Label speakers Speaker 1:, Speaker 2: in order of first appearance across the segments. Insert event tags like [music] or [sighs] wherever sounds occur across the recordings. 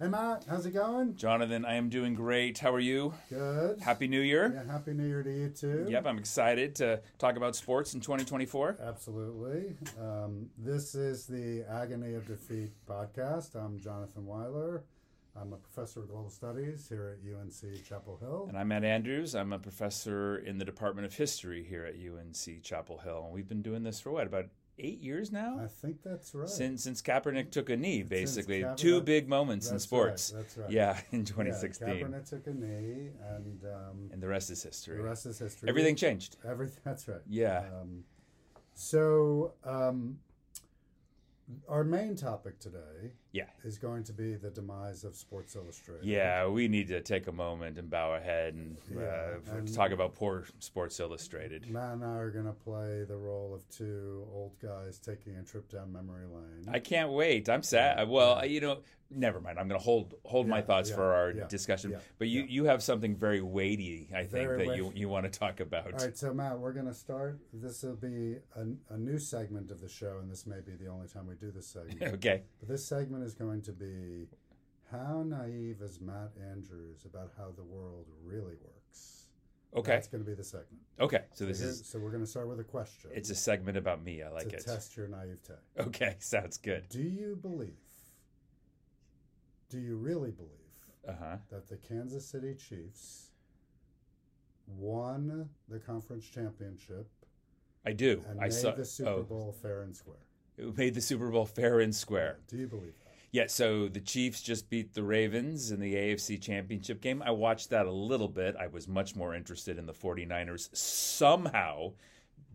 Speaker 1: Hey Matt, how's it going?
Speaker 2: Jonathan, I am doing great. How are you?
Speaker 1: Good.
Speaker 2: Happy New Year.
Speaker 1: Yeah, happy New Year to you too.
Speaker 2: Yep, I'm excited to talk about sports in 2024.
Speaker 1: Absolutely. Um, this is the Agony of Defeat podcast. I'm Jonathan Weiler. I'm a professor of global studies here at UNC Chapel Hill.
Speaker 2: And I'm Matt Andrews. I'm a professor in the Department of History here at UNC Chapel Hill. And we've been doing this for what, about eight years now?
Speaker 1: I think that's right.
Speaker 2: since since Kaepernick took a knee, basically.
Speaker 1: Kaepernick-
Speaker 2: Two big moments in
Speaker 1: That's
Speaker 2: sports.
Speaker 1: right, that's right.
Speaker 2: Yeah, in
Speaker 1: Yeah,
Speaker 2: 2016.
Speaker 1: Kaepernick took a knee, and um,
Speaker 2: and the rest is history.
Speaker 1: the rest is history.
Speaker 2: Everything changed.
Speaker 1: Everything. [laughs] That's right.
Speaker 2: Yeah.
Speaker 1: Um, so, um, our main topic today
Speaker 2: Yeah.
Speaker 1: is going to be the demise of Sports Illustrated.
Speaker 2: Yeah, we need to take a moment and bow our head and, uh,
Speaker 1: Yeah,
Speaker 2: for-
Speaker 1: and-
Speaker 2: to talk about poor Sports Illustrated.
Speaker 1: Matt and I are going to play the role of two old guys taking a trip down memory lane.
Speaker 2: I can't wait. I'm sad. Well, you know, never mind. I'm going to hold hold my
Speaker 1: Yeah,
Speaker 2: thoughts
Speaker 1: yeah,
Speaker 2: for our
Speaker 1: yeah,
Speaker 2: discussion.
Speaker 1: yeah,
Speaker 2: but you
Speaker 1: yeah.
Speaker 2: you have something very weighty, I think,
Speaker 1: Very
Speaker 2: that
Speaker 1: weighty.
Speaker 2: you you want to talk about.
Speaker 1: All right, so Matt, we're going to start. This will be a, a new segment of the show, and this may be the only time we do this segment.
Speaker 2: [laughs] okay.
Speaker 1: but this segment is going to be How Naive is Matt Andrews About How the World Really Works?
Speaker 2: Okay.
Speaker 1: That's going to be the segment.
Speaker 2: Okay. So this
Speaker 1: Here-
Speaker 2: is
Speaker 1: so we're going to start with a question.
Speaker 2: it's a segment about me. I like
Speaker 1: to
Speaker 2: it.
Speaker 1: test your naivete.
Speaker 2: Okay. [laughs] Sounds good.
Speaker 1: Do you believe? Do you really believe
Speaker 2: Uh huh.
Speaker 1: that the Kansas City Chiefs won the conference championship
Speaker 2: I do.
Speaker 1: and
Speaker 2: I
Speaker 1: made
Speaker 2: saw.
Speaker 1: the Super
Speaker 2: oh,
Speaker 1: Bowl fair and square?
Speaker 2: it made the Super Bowl fair and square.
Speaker 1: Do you believe that?
Speaker 2: Yeah, so the Chiefs just beat the Ravens in the AFC Championship game. I watched that a little bit. I was much more interested in the 49ers somehow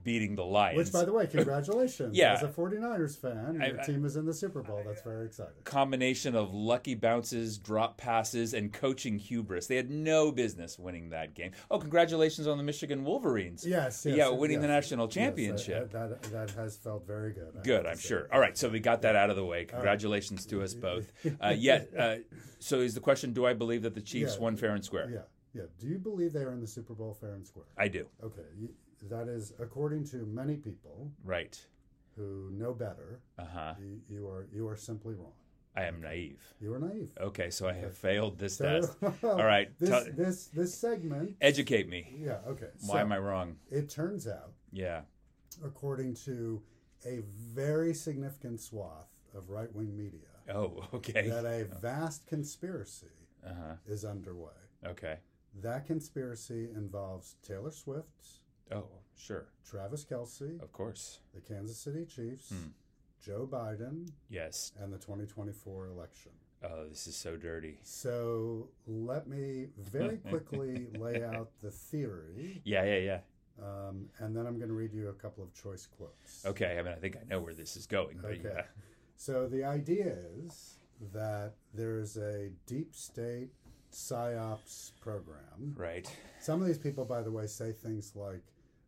Speaker 2: beating the Lions.
Speaker 1: Which, by the
Speaker 2: [laughs]
Speaker 1: way, congratulations.
Speaker 2: Yeah.
Speaker 1: As a 49ers fan, your
Speaker 2: I-
Speaker 1: team is in the Super Bowl. That's very exciting.
Speaker 2: combination of lucky bounces, drop passes, and coaching hubris. They had no business winning that game. Oh, congratulations on the Michigan Wolverines.
Speaker 1: Yes, yes.
Speaker 2: yeah, winning the
Speaker 1: yes.
Speaker 2: national
Speaker 1: Yes,
Speaker 2: championship.
Speaker 1: that, that, that has felt very good. I have
Speaker 2: Good,
Speaker 1: to
Speaker 2: I'm
Speaker 1: say.
Speaker 2: sure. All right, so we got that out of the way. Congratulations to
Speaker 1: [laughs]
Speaker 2: us both. Uh, yeah, uh, so is the question do I believe that the Chiefs
Speaker 1: Yeah.
Speaker 2: won fair and square?
Speaker 1: Yeah, yeah. Do you believe they are in the Super Bowl fair and square?
Speaker 2: I do.
Speaker 1: Okay, you- that is according to many people
Speaker 2: Right.
Speaker 1: who know better.
Speaker 2: Uh huh.
Speaker 1: You, you are you are simply wrong.
Speaker 2: I am naive.
Speaker 1: You are naive.
Speaker 2: Okay, so I have failed this
Speaker 1: So-
Speaker 2: test.
Speaker 1: [laughs]
Speaker 2: All right,
Speaker 1: This
Speaker 2: tell-
Speaker 1: this this segment.
Speaker 2: Educate me.
Speaker 1: Yeah. Okay.
Speaker 2: Why am I wrong?
Speaker 1: It turns out,
Speaker 2: Yeah.
Speaker 1: according to a very significant swath of right wing media,
Speaker 2: Oh, [laughs] okay.
Speaker 1: that a vast conspiracy
Speaker 2: Uh huh.
Speaker 1: is underway.
Speaker 2: Okay.
Speaker 1: That conspiracy involves Taylor Swift,
Speaker 2: Oh, sure.
Speaker 1: Travis Kelsey,
Speaker 2: Of course.
Speaker 1: the Kansas City Chiefs,
Speaker 2: Oh. Hmm.
Speaker 1: Joe Biden,
Speaker 2: Yes.
Speaker 1: and the 2024 election.
Speaker 2: Oh, this is so dirty.
Speaker 1: So let me
Speaker 2: [laughs]
Speaker 1: very quickly lay out the theory,
Speaker 2: Yeah, yeah, yeah.
Speaker 1: um, and then I'm going to read you a couple of choice quotes.
Speaker 2: Okay, I mean, I think I know where this is going, but
Speaker 1: Okay.
Speaker 2: yeah.
Speaker 1: So the idea is that there's a deep state psyops program. [laughs]
Speaker 2: Right.
Speaker 1: Some of these people, by the way, say things like,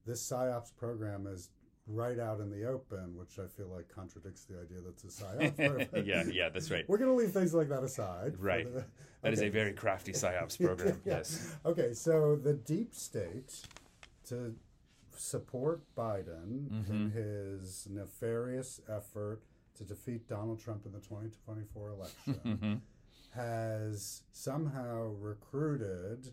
Speaker 1: "This psyops program is." Right out in the open, which I feel like contradicts the idea that's a psyop. program.
Speaker 2: [laughs] yeah, yeah, that's right.
Speaker 1: Oh, We're going to leave things like that aside. for
Speaker 2: Right.
Speaker 1: the-
Speaker 2: That is
Speaker 1: Okay.
Speaker 2: a very crafty PSYOPs
Speaker 1: [laughs]
Speaker 2: program.
Speaker 1: Yeah.
Speaker 2: Yes.
Speaker 1: Okay, so the deep state to support Biden
Speaker 2: Mm-hmm.
Speaker 1: in his nefarious effort to defeat Donald Trump in the 2024
Speaker 2: [laughs]
Speaker 1: election
Speaker 2: hmm
Speaker 1: has somehow recruited,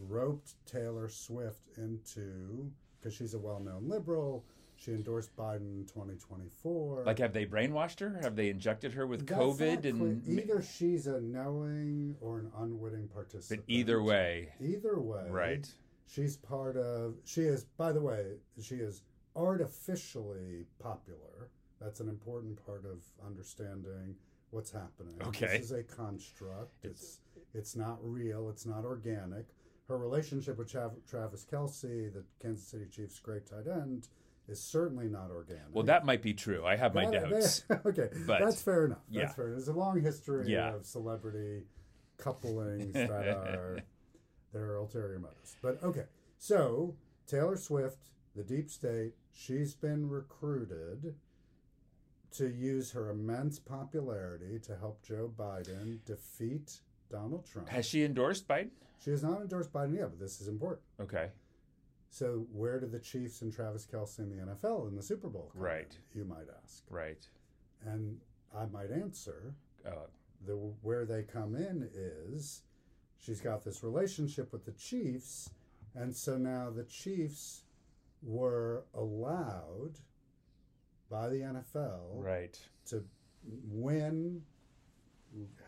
Speaker 1: roped Taylor Swift into, because she's a well known liberal, she endorsed Biden in 2024.
Speaker 2: Like, have they brainwashed her? Have they injected her with
Speaker 1: That's not
Speaker 2: COVID?
Speaker 1: clear.
Speaker 2: And
Speaker 1: either she's a knowing or an unwitting
Speaker 2: but
Speaker 1: participant.
Speaker 2: either way,
Speaker 1: either way,
Speaker 2: right?
Speaker 1: She's part of. She is. By the way, she is artificially popular. That's an important part of understanding what's happening.
Speaker 2: Okay.
Speaker 1: This is a construct. It's it's not real. It's not organic. Her relationship with Trav- Travis Kelsey, the Kansas City Chiefs' great tight end, is certainly not organic.
Speaker 2: Well, that might be true. I have my
Speaker 1: That-
Speaker 2: doubts.
Speaker 1: that- [laughs] okay,
Speaker 2: but-
Speaker 1: that's fair enough.
Speaker 2: yeah.
Speaker 1: That's fair. There's a long history
Speaker 2: Yeah.
Speaker 1: of celebrity
Speaker 2: [laughs]
Speaker 1: couplings that are their ulterior motives. But okay, so Taylor Swift, the deep state, she's been recruited to use her immense popularity to help Joe Biden defeat Donald Trump.
Speaker 2: Has she endorsed Biden?
Speaker 1: She has not endorsed Biden yet, but this is important.
Speaker 2: Okay.
Speaker 1: So, where do the Chiefs and Travis Kelsey in the NFL in the Super Bowl come in,
Speaker 2: Right.
Speaker 1: you might ask.
Speaker 2: Right.
Speaker 1: And I might answer
Speaker 2: Uh,
Speaker 1: the where they come in is she's got this relationship with the Chiefs, and so now the Chiefs were allowed by the NFL
Speaker 2: Right.
Speaker 1: to win,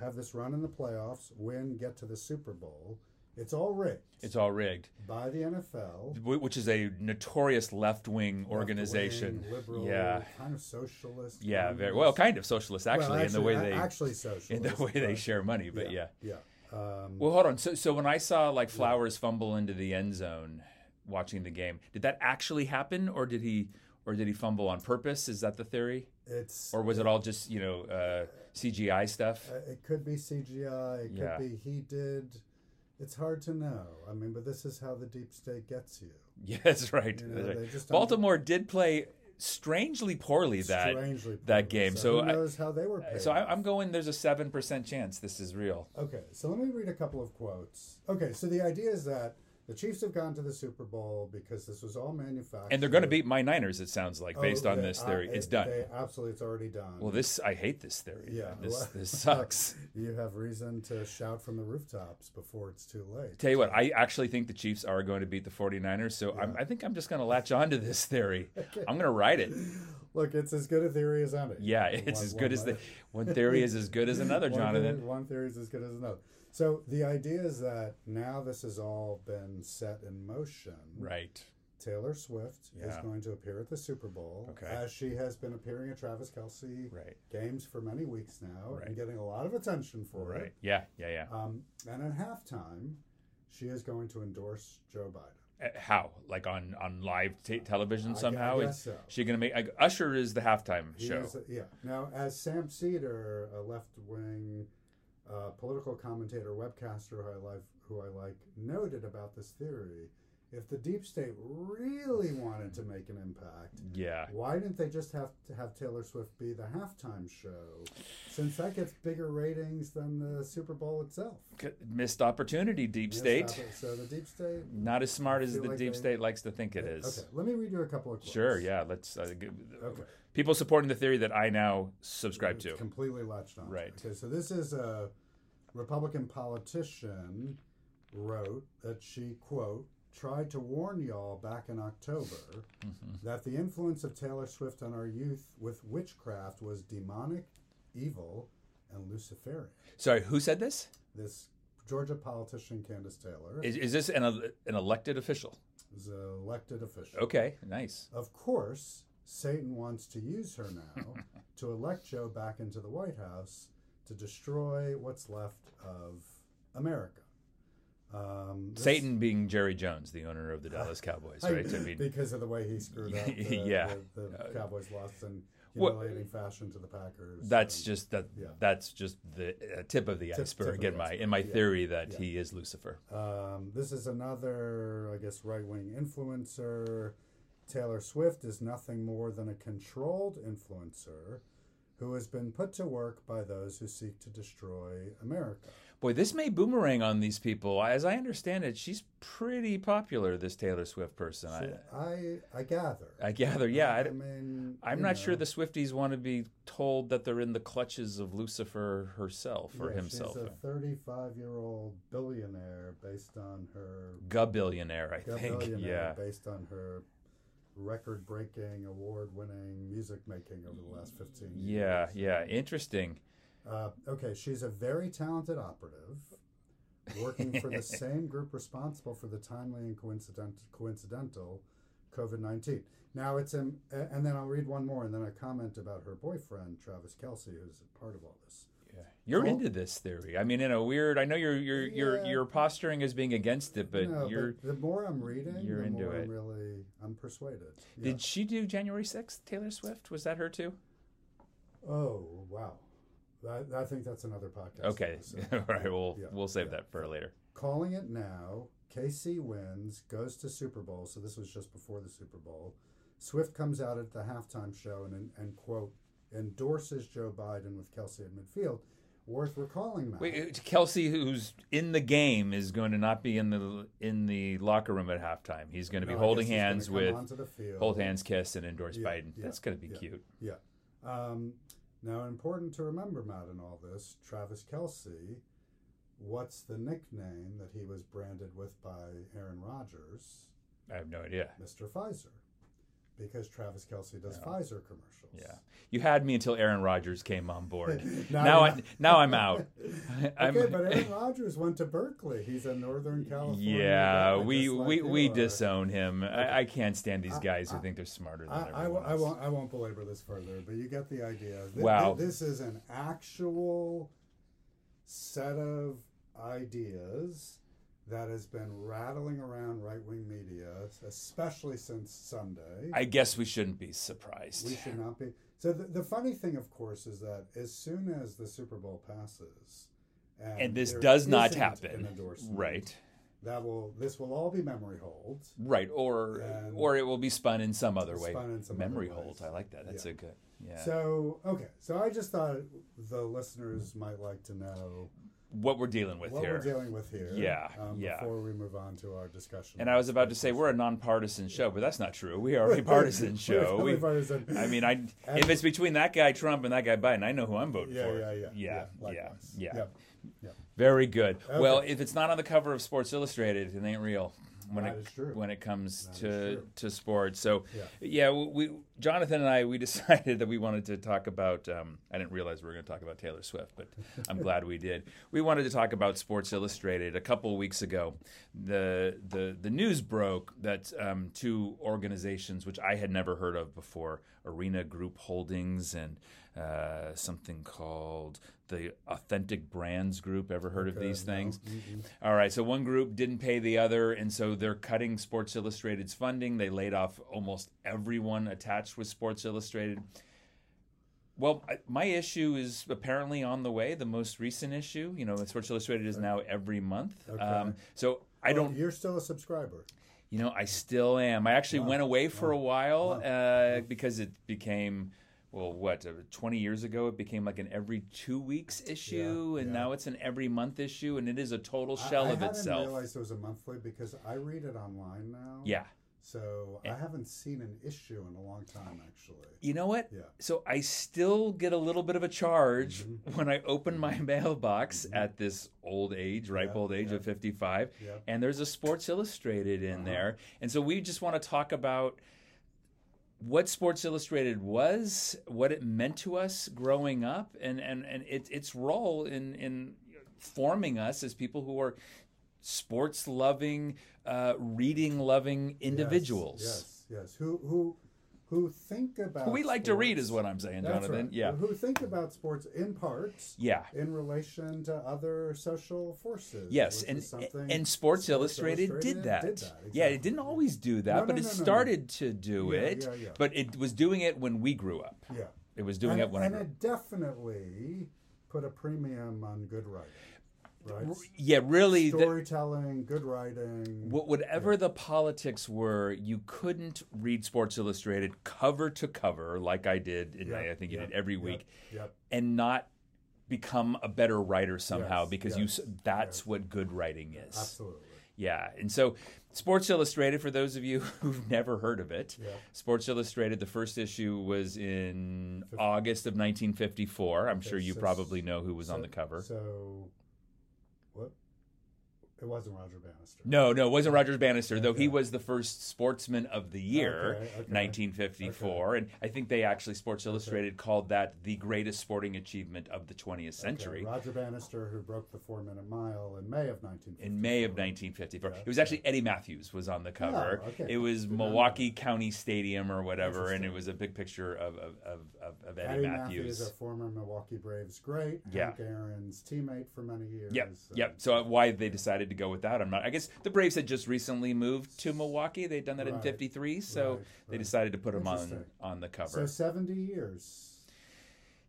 Speaker 1: have this run in the playoffs, win, get to the Super Bowl. It's all rigged
Speaker 2: It's all rigged,
Speaker 1: by the NFL.
Speaker 2: wh- which is a notorious left wing organization.
Speaker 1: left-wing, liberal,
Speaker 2: yeah.
Speaker 1: kind of socialist.
Speaker 2: Yeah,
Speaker 1: communist.
Speaker 2: very, well, kind of socialist actually,
Speaker 1: Well,
Speaker 2: in the way
Speaker 1: a-
Speaker 2: they
Speaker 1: actually socialist
Speaker 2: [laughs] in the way they
Speaker 1: but-
Speaker 2: share money, but yeah.
Speaker 1: yeah. Um,
Speaker 2: Well, hold on. So, so when I saw like Flowers fumble into the end zone watching the game, did that actually happen, or did he, or did he fumble on purpose? Is that the theory,
Speaker 1: it's
Speaker 2: or was it all just you know uh, CGI stuff?
Speaker 1: Uh, It could be CGI. It
Speaker 2: Yeah.
Speaker 1: could be he did. It's hard to know. I mean, but this is how the deep state gets you.
Speaker 2: [laughs] Yeah, that's right.
Speaker 1: You know,
Speaker 2: That's right.
Speaker 1: they just don't-
Speaker 2: Baltimore did play strangely poorly that.
Speaker 1: strangely
Speaker 2: that
Speaker 1: poorly.
Speaker 2: game. So
Speaker 1: So, who
Speaker 2: I- Uh,
Speaker 1: knows how they were paid.
Speaker 2: So I, I'm going. There's a seven percent chance this is real.
Speaker 1: okay. So let me read a couple of quotes. Okay. So the idea is that the Chiefs have gone to the Super Bowl because this was all manufactured,
Speaker 2: And they're going to beat my Niners. It sounds like
Speaker 1: Oh,
Speaker 2: based on
Speaker 1: they-
Speaker 2: this
Speaker 1: uh,
Speaker 2: theory,
Speaker 1: it-
Speaker 2: it's done.
Speaker 1: They, absolutely, it's already done.
Speaker 2: well, this I hate this theory.
Speaker 1: Yeah, [laughs]
Speaker 2: this
Speaker 1: well-
Speaker 2: this sucks.
Speaker 1: you have reason to shout from the rooftops before it's too late.
Speaker 2: Tell you what, I actually think the Chiefs are going to beat the 49ers, so I'm, I think I'm just going to latch on to
Speaker 1: [laughs]
Speaker 2: this theory. I'm going to ride it.
Speaker 1: Look, it's as good a theory as any.
Speaker 2: Yeah, it's
Speaker 1: One-
Speaker 2: as
Speaker 1: one
Speaker 2: good as
Speaker 1: might-
Speaker 2: the one theory
Speaker 1: [laughs]
Speaker 2: is as good as another,
Speaker 1: One
Speaker 2: Jonathan.
Speaker 1: Theory, one theory is as good as another. So the idea is that now this has all been set in motion.
Speaker 2: Right.
Speaker 1: Taylor Swift is
Speaker 2: Yeah.
Speaker 1: going to appear at the Super Bowl,
Speaker 2: Okay.
Speaker 1: as she has been appearing at Travis Kelsey
Speaker 2: Right.
Speaker 1: games for many weeks now
Speaker 2: Right.
Speaker 1: and getting a lot of attention for
Speaker 2: Right.
Speaker 1: it.
Speaker 2: Yeah, yeah, yeah.
Speaker 1: Um, and at halftime, she is going to endorse Joe Biden.
Speaker 2: Uh, How? Like on on live t-
Speaker 1: I
Speaker 2: television
Speaker 1: gu-
Speaker 2: somehow?
Speaker 1: I
Speaker 2: Is
Speaker 1: guess so.
Speaker 2: she going to make like, Usher is the halftime
Speaker 1: He
Speaker 2: show.
Speaker 1: is- uh, yeah. Now, as Sam Cedar, a left-wing uh, political commentator, webcaster who I like, who I like, noted about this theory, if the deep state really wanted to make an impact,
Speaker 2: Yeah.
Speaker 1: why didn't they just have to have Taylor Swift be the halftime show? Since that gets bigger ratings than the Super Bowl itself.
Speaker 2: C- Missed opportunity deep
Speaker 1: Yes,
Speaker 2: state.
Speaker 1: that- So the deep state.
Speaker 2: Not as smart as
Speaker 1: feel
Speaker 2: the
Speaker 1: like
Speaker 2: deep
Speaker 1: they-
Speaker 2: state likes to think it is.
Speaker 1: Okay, let me read you a couple of quotes.
Speaker 2: Sure, yeah, let's uh, g-
Speaker 1: Okay.
Speaker 2: people supporting the theory that I now subscribe to.
Speaker 1: It's Completely latched on.
Speaker 2: Right.
Speaker 1: Okay, so this is a Republican politician wrote that she, quote, tried to warn y'all back in October
Speaker 2: Mm-hmm.
Speaker 1: that the influence of Taylor Swift on our youth with witchcraft was demonic, evil, and Luciferian.
Speaker 2: Sorry, who said this?
Speaker 1: This Georgia politician, Candace Taylor,
Speaker 2: Is, is this an an elected official?
Speaker 1: is an elected official.
Speaker 2: Okay, nice.
Speaker 1: Of course, Satan wants to use her
Speaker 2: [laughs]
Speaker 1: now to elect Joe back into the White House to destroy what's left of America. Um, this- [laughs]
Speaker 2: Satan being Jerry Jones, the owner of the Dallas Cowboys,
Speaker 1: I-
Speaker 2: right? I mean,
Speaker 1: because of the way he screwed
Speaker 2: [laughs]
Speaker 1: up. The,
Speaker 2: Yeah. Uh,
Speaker 1: The, the Cowboys lost in
Speaker 2: Well-
Speaker 1: humiliating fashion to the Packers.
Speaker 2: that's
Speaker 1: and-
Speaker 2: just that.
Speaker 1: Yeah.
Speaker 2: That's just the uh, tip of the
Speaker 1: tip
Speaker 2: iceberg.
Speaker 1: of the
Speaker 2: in my
Speaker 1: iceberg,
Speaker 2: in my
Speaker 1: yeah,
Speaker 2: theory that
Speaker 1: yeah.
Speaker 2: he is Lucifer.
Speaker 1: Um, this is another, I guess, right wing influencer. Taylor Swift is nothing more than a controlled influencer who has been put to work by those who seek to destroy America.
Speaker 2: Boy, this may boomerang on these people. As I understand it, she's pretty popular. This Taylor Swift person,
Speaker 1: I, I gather.
Speaker 2: I, I gather. Yeah, I,
Speaker 1: I [laughs] mean,
Speaker 2: am
Speaker 1: you
Speaker 2: not sure
Speaker 1: know,
Speaker 2: the Swifties want to be told that they're in the clutches of Lucifer herself or
Speaker 1: yeah,
Speaker 2: himself.
Speaker 1: She's a 35 year old billionaire based on her.
Speaker 2: Gub billionaire, I
Speaker 1: a
Speaker 2: think. [laughs] Yeah.
Speaker 1: billionaire Based on her record breaking, award winning music making over the last 15 years.
Speaker 2: Yeah, yeah, interesting.
Speaker 1: Uh, okay, she's a very talented operative working
Speaker 2: [laughs]
Speaker 1: for the same group responsible for the timely and coincident, coincidental COVID 19. Now it's in, a- and then I'll read one more and then a comment about her boyfriend, Travis Kelsey, who's a part of all this.
Speaker 2: You're
Speaker 1: Well-
Speaker 2: into this theory. I mean, in a weird. I know you're you're you're
Speaker 1: Yeah.
Speaker 2: you're posturing as being against it, but
Speaker 1: No,
Speaker 2: you're.
Speaker 1: the more I'm reading,
Speaker 2: you're
Speaker 1: the
Speaker 2: into
Speaker 1: more
Speaker 2: it.
Speaker 1: I'm really, I'm persuaded. Yeah.
Speaker 2: Did she do January sixth? Taylor Swift was that her too?
Speaker 1: oh, wow. That, I think that's another podcast.
Speaker 2: Okay,
Speaker 1: episode.
Speaker 2: [laughs] all right. We'll
Speaker 1: Yeah,
Speaker 2: we'll save
Speaker 1: yeah.
Speaker 2: that for later.
Speaker 1: Calling it now. KC wins, goes to Super Bowl. So this was just before the Super Bowl. Swift comes out at the halftime show and and quote endorses Joe Biden with Kelsey at midfield. Worth recalling that.
Speaker 2: Wait, uh, Kelsey, who's in the game, is going to not be in the in the locker room at halftime. He's going to be
Speaker 1: No, I guess
Speaker 2: holding
Speaker 1: he's gonna
Speaker 2: hands
Speaker 1: come
Speaker 2: with
Speaker 1: onto the field.
Speaker 2: hold hands, kiss, and endorse
Speaker 1: Yeah,
Speaker 2: Biden.
Speaker 1: yeah,
Speaker 2: That's going to be
Speaker 1: yeah.
Speaker 2: cute.
Speaker 1: Yeah. Um, Now, important to remember, Matt, in all this, Travis Kelsey, what's the nickname that he was branded with by Aaron Rodgers?
Speaker 2: I have no idea.
Speaker 1: Mr. Pfizer. Because Travis Kelsey does
Speaker 2: Yeah.
Speaker 1: Pfizer commercials.
Speaker 2: Yeah, you had me until Aaron Rodgers came on board.
Speaker 1: [laughs] Now
Speaker 2: now,
Speaker 1: you're
Speaker 2: I, now I'm out. [laughs]
Speaker 1: [laughs]
Speaker 2: I'm-
Speaker 1: okay, but Aaron Rodgers went to Berkeley. He's a Northern California. guy,
Speaker 2: yeah, we
Speaker 1: just like
Speaker 2: we,
Speaker 1: you
Speaker 2: we
Speaker 1: are.
Speaker 2: disown him. I, I can't stand these
Speaker 1: I-
Speaker 2: guys
Speaker 1: I-
Speaker 2: who think they're smarter than
Speaker 1: I, I,
Speaker 2: everyone
Speaker 1: won't- I
Speaker 2: else.
Speaker 1: won't. I won't belabor this further, but you get the idea. Th- th-
Speaker 2: Wow.
Speaker 1: this is an actual set of ideas that has been rattling around right-wing media, especially since Sunday.
Speaker 2: I guess we shouldn't be surprised.
Speaker 1: We should not be. So the, the funny thing, of course, is that as soon as the Super Bowl passes,
Speaker 2: and this
Speaker 1: there
Speaker 2: does not
Speaker 1: isn't an
Speaker 2: happen,
Speaker 1: endorsement,
Speaker 2: right?
Speaker 1: That will this will all be memory hold.
Speaker 2: Right, or
Speaker 1: And-
Speaker 2: or it will be spun in some other way.
Speaker 1: Spun in some other
Speaker 2: Memory
Speaker 1: ways.
Speaker 2: hold. I like that. That's a good. Yeah.
Speaker 1: So okay, so I just thought the listeners might like to know
Speaker 2: what we're dealing with
Speaker 1: what
Speaker 2: here.
Speaker 1: we're dealing with here. um,
Speaker 2: Yeah, yeah.
Speaker 1: Before we move on to our discussion,
Speaker 2: and I was about to say we're a nonpartisan show, but that's not
Speaker 1: [laughs]
Speaker 2: true. We are a partisan show.
Speaker 1: We're
Speaker 2: We,
Speaker 1: partisan.
Speaker 2: I mean, I
Speaker 1: And-
Speaker 2: if it's between that guy Trump and that guy Biden, I know who I'm
Speaker 1: [laughs]
Speaker 2: voting
Speaker 1: yeah,
Speaker 2: for.
Speaker 1: yeah, yeah,
Speaker 2: yeah, yeah,
Speaker 1: likewise.
Speaker 2: yeah.
Speaker 1: Yep.
Speaker 2: Very good.
Speaker 1: Okay.
Speaker 2: Well, if it's not on the cover of Sports Illustrated, it ain't real. When
Speaker 1: That
Speaker 2: it
Speaker 1: is true.
Speaker 2: when it comes
Speaker 1: That is
Speaker 2: to
Speaker 1: true.
Speaker 2: to sports, so
Speaker 1: Yeah.
Speaker 2: yeah, we Jonathan and I we [laughs] decided that we wanted to talk about. Um, I didn't realize we were going to talk about Taylor Swift,
Speaker 1: [laughs]
Speaker 2: but I'm glad we did. We wanted to talk about Sports Illustrated. A couple weeks ago, the the the news broke that um, two organizations, which I had never heard of before, Arena Group Holdings and uh, something called the Authentic Brands Group. Ever heard of
Speaker 1: Okay,
Speaker 2: these
Speaker 1: no.
Speaker 2: things?
Speaker 1: Mhm.
Speaker 2: All right, so one group didn't pay the other, and so they're cutting Sports Illustrated's funding. They laid off almost everyone attached with Sports Illustrated. Well, I- my issue is apparently on the way. The most recent issue, you know, Sports Illustrated is now every month.
Speaker 1: Okay.
Speaker 2: Um, so I
Speaker 1: Well,
Speaker 2: don't,
Speaker 1: You're still a subscriber.
Speaker 2: you know, I still am. I actually went away for a while uh, because it became. Well, what, uh, 20 years ago, it became like an every two weeks issue, and
Speaker 1: yeah.
Speaker 2: now it's an every month issue, and it is a total
Speaker 1: I-
Speaker 2: shell
Speaker 1: I,
Speaker 2: of
Speaker 1: hadn't
Speaker 2: itself.
Speaker 1: realized it was a monthly because I read it online now.
Speaker 2: Yeah.
Speaker 1: So I haven't seen an issue in a long time, actually.
Speaker 2: You know what?
Speaker 1: Yeah.
Speaker 2: So I still get a little bit of a charge
Speaker 1: Mm-hmm.
Speaker 2: [laughs] when I open my mailbox at this old age, ripe
Speaker 1: Yeah,
Speaker 2: old age
Speaker 1: yeah.
Speaker 2: of 55,
Speaker 1: Yep.
Speaker 2: and there's a Sports Illustrated in
Speaker 1: Uh-huh.
Speaker 2: there. And so we just want to talk about what Sports Illustrated was, what it meant to us growing up, and and and it, its role in in forming us as people who are sports loving, uh, reading loving individuals.
Speaker 1: Yes. Yes. yes. Who who who think about
Speaker 2: Who we like to read is
Speaker 1: sports-
Speaker 2: what I'm saying,
Speaker 1: That's
Speaker 2: Jonathan.
Speaker 1: right.
Speaker 2: Yeah.
Speaker 1: Who think about sports in parts
Speaker 2: Yeah.
Speaker 1: in relation to other social forces.
Speaker 2: Yes,
Speaker 1: which
Speaker 2: and
Speaker 1: is something
Speaker 2: and Sports,
Speaker 1: Sports
Speaker 2: Illustrated, did
Speaker 1: Illustrated
Speaker 2: that.
Speaker 1: did that,
Speaker 2: Yeah,
Speaker 1: exactly.
Speaker 2: it didn't always do that,
Speaker 1: No,
Speaker 2: but
Speaker 1: no,
Speaker 2: it
Speaker 1: no, no, no.
Speaker 2: started to do
Speaker 1: Yeah,
Speaker 2: it.
Speaker 1: yeah, yeah.
Speaker 2: But it was doing it when we grew up.
Speaker 1: yeah.
Speaker 2: It was doing
Speaker 1: and,
Speaker 2: it when I
Speaker 1: and
Speaker 2: grew up.
Speaker 1: it definitely put a premium on good writing. Right?
Speaker 2: Yeah, really. the-
Speaker 1: Storytelling, good writing.
Speaker 2: Wh- Whatever the politics were, you couldn't read Sports Illustrated cover to cover like I did, and
Speaker 1: Yeah,
Speaker 2: I think you
Speaker 1: yeah,
Speaker 2: did every
Speaker 1: yeah,
Speaker 2: week,
Speaker 1: Yep.
Speaker 2: and not become a better writer somehow
Speaker 1: Yes,
Speaker 2: because you
Speaker 1: yes,
Speaker 2: s- that's
Speaker 1: yes.
Speaker 2: what good writing is.
Speaker 1: Absolutely.
Speaker 2: Yeah, and so Sports Illustrated, for those of you [laughs] who've never heard of it,
Speaker 1: Yeah.
Speaker 2: Sports Illustrated, the first issue was in August of 1954. I'm sure you
Speaker 1: so-
Speaker 2: probably know who was on
Speaker 1: so-
Speaker 2: the cover.
Speaker 1: So, what? It wasn't Roger Bannister.
Speaker 2: No, no, it wasn't Rogers Bannister, though
Speaker 1: Okay.
Speaker 2: he was the first sportsman of the year,
Speaker 1: Okay, okay.
Speaker 2: 1954. And I think they actually, Sports Illustrated, called that the greatest sporting achievement of the 20th
Speaker 1: Okay,
Speaker 2: century.
Speaker 1: Roger Bannister, who broke the four-minute mile in May of 1950.
Speaker 2: in May of 1954.
Speaker 1: Yeah. Oh,
Speaker 2: It was actually Eddie Matthews was on the cover.
Speaker 1: okay.
Speaker 2: It was
Speaker 1: Did not know
Speaker 2: Milwaukee County Stadium or whatever,
Speaker 1: Interesting.
Speaker 2: and it was a big picture of of, of, of, of Eddie,
Speaker 1: Eddie
Speaker 2: Matthews.
Speaker 1: Matthews, a former Milwaukee Braves great,
Speaker 2: Yeah.
Speaker 1: Hank Aaron's teammate for many years.
Speaker 2: Yep,
Speaker 1: uh,
Speaker 2: yep. So uh, why they decided to go with that, I'm not. I guess the Braves had just recently moved to Milwaukee. They'd done that in
Speaker 1: Right,
Speaker 2: '53, so
Speaker 1: right,
Speaker 2: they
Speaker 1: right.
Speaker 2: decided to put him on
Speaker 1: Interesting.
Speaker 2: on the cover.
Speaker 1: So 70 years,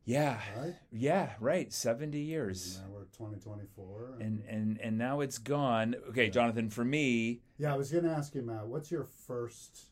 Speaker 2: yeah, [sighs]
Speaker 1: right?
Speaker 2: yeah, right. 70 years,
Speaker 1: Now we're 2024. and-
Speaker 2: and and and now it's gone. Okay, Jonathan. For me,
Speaker 1: yeah, I was going to ask you, Matt, what's your first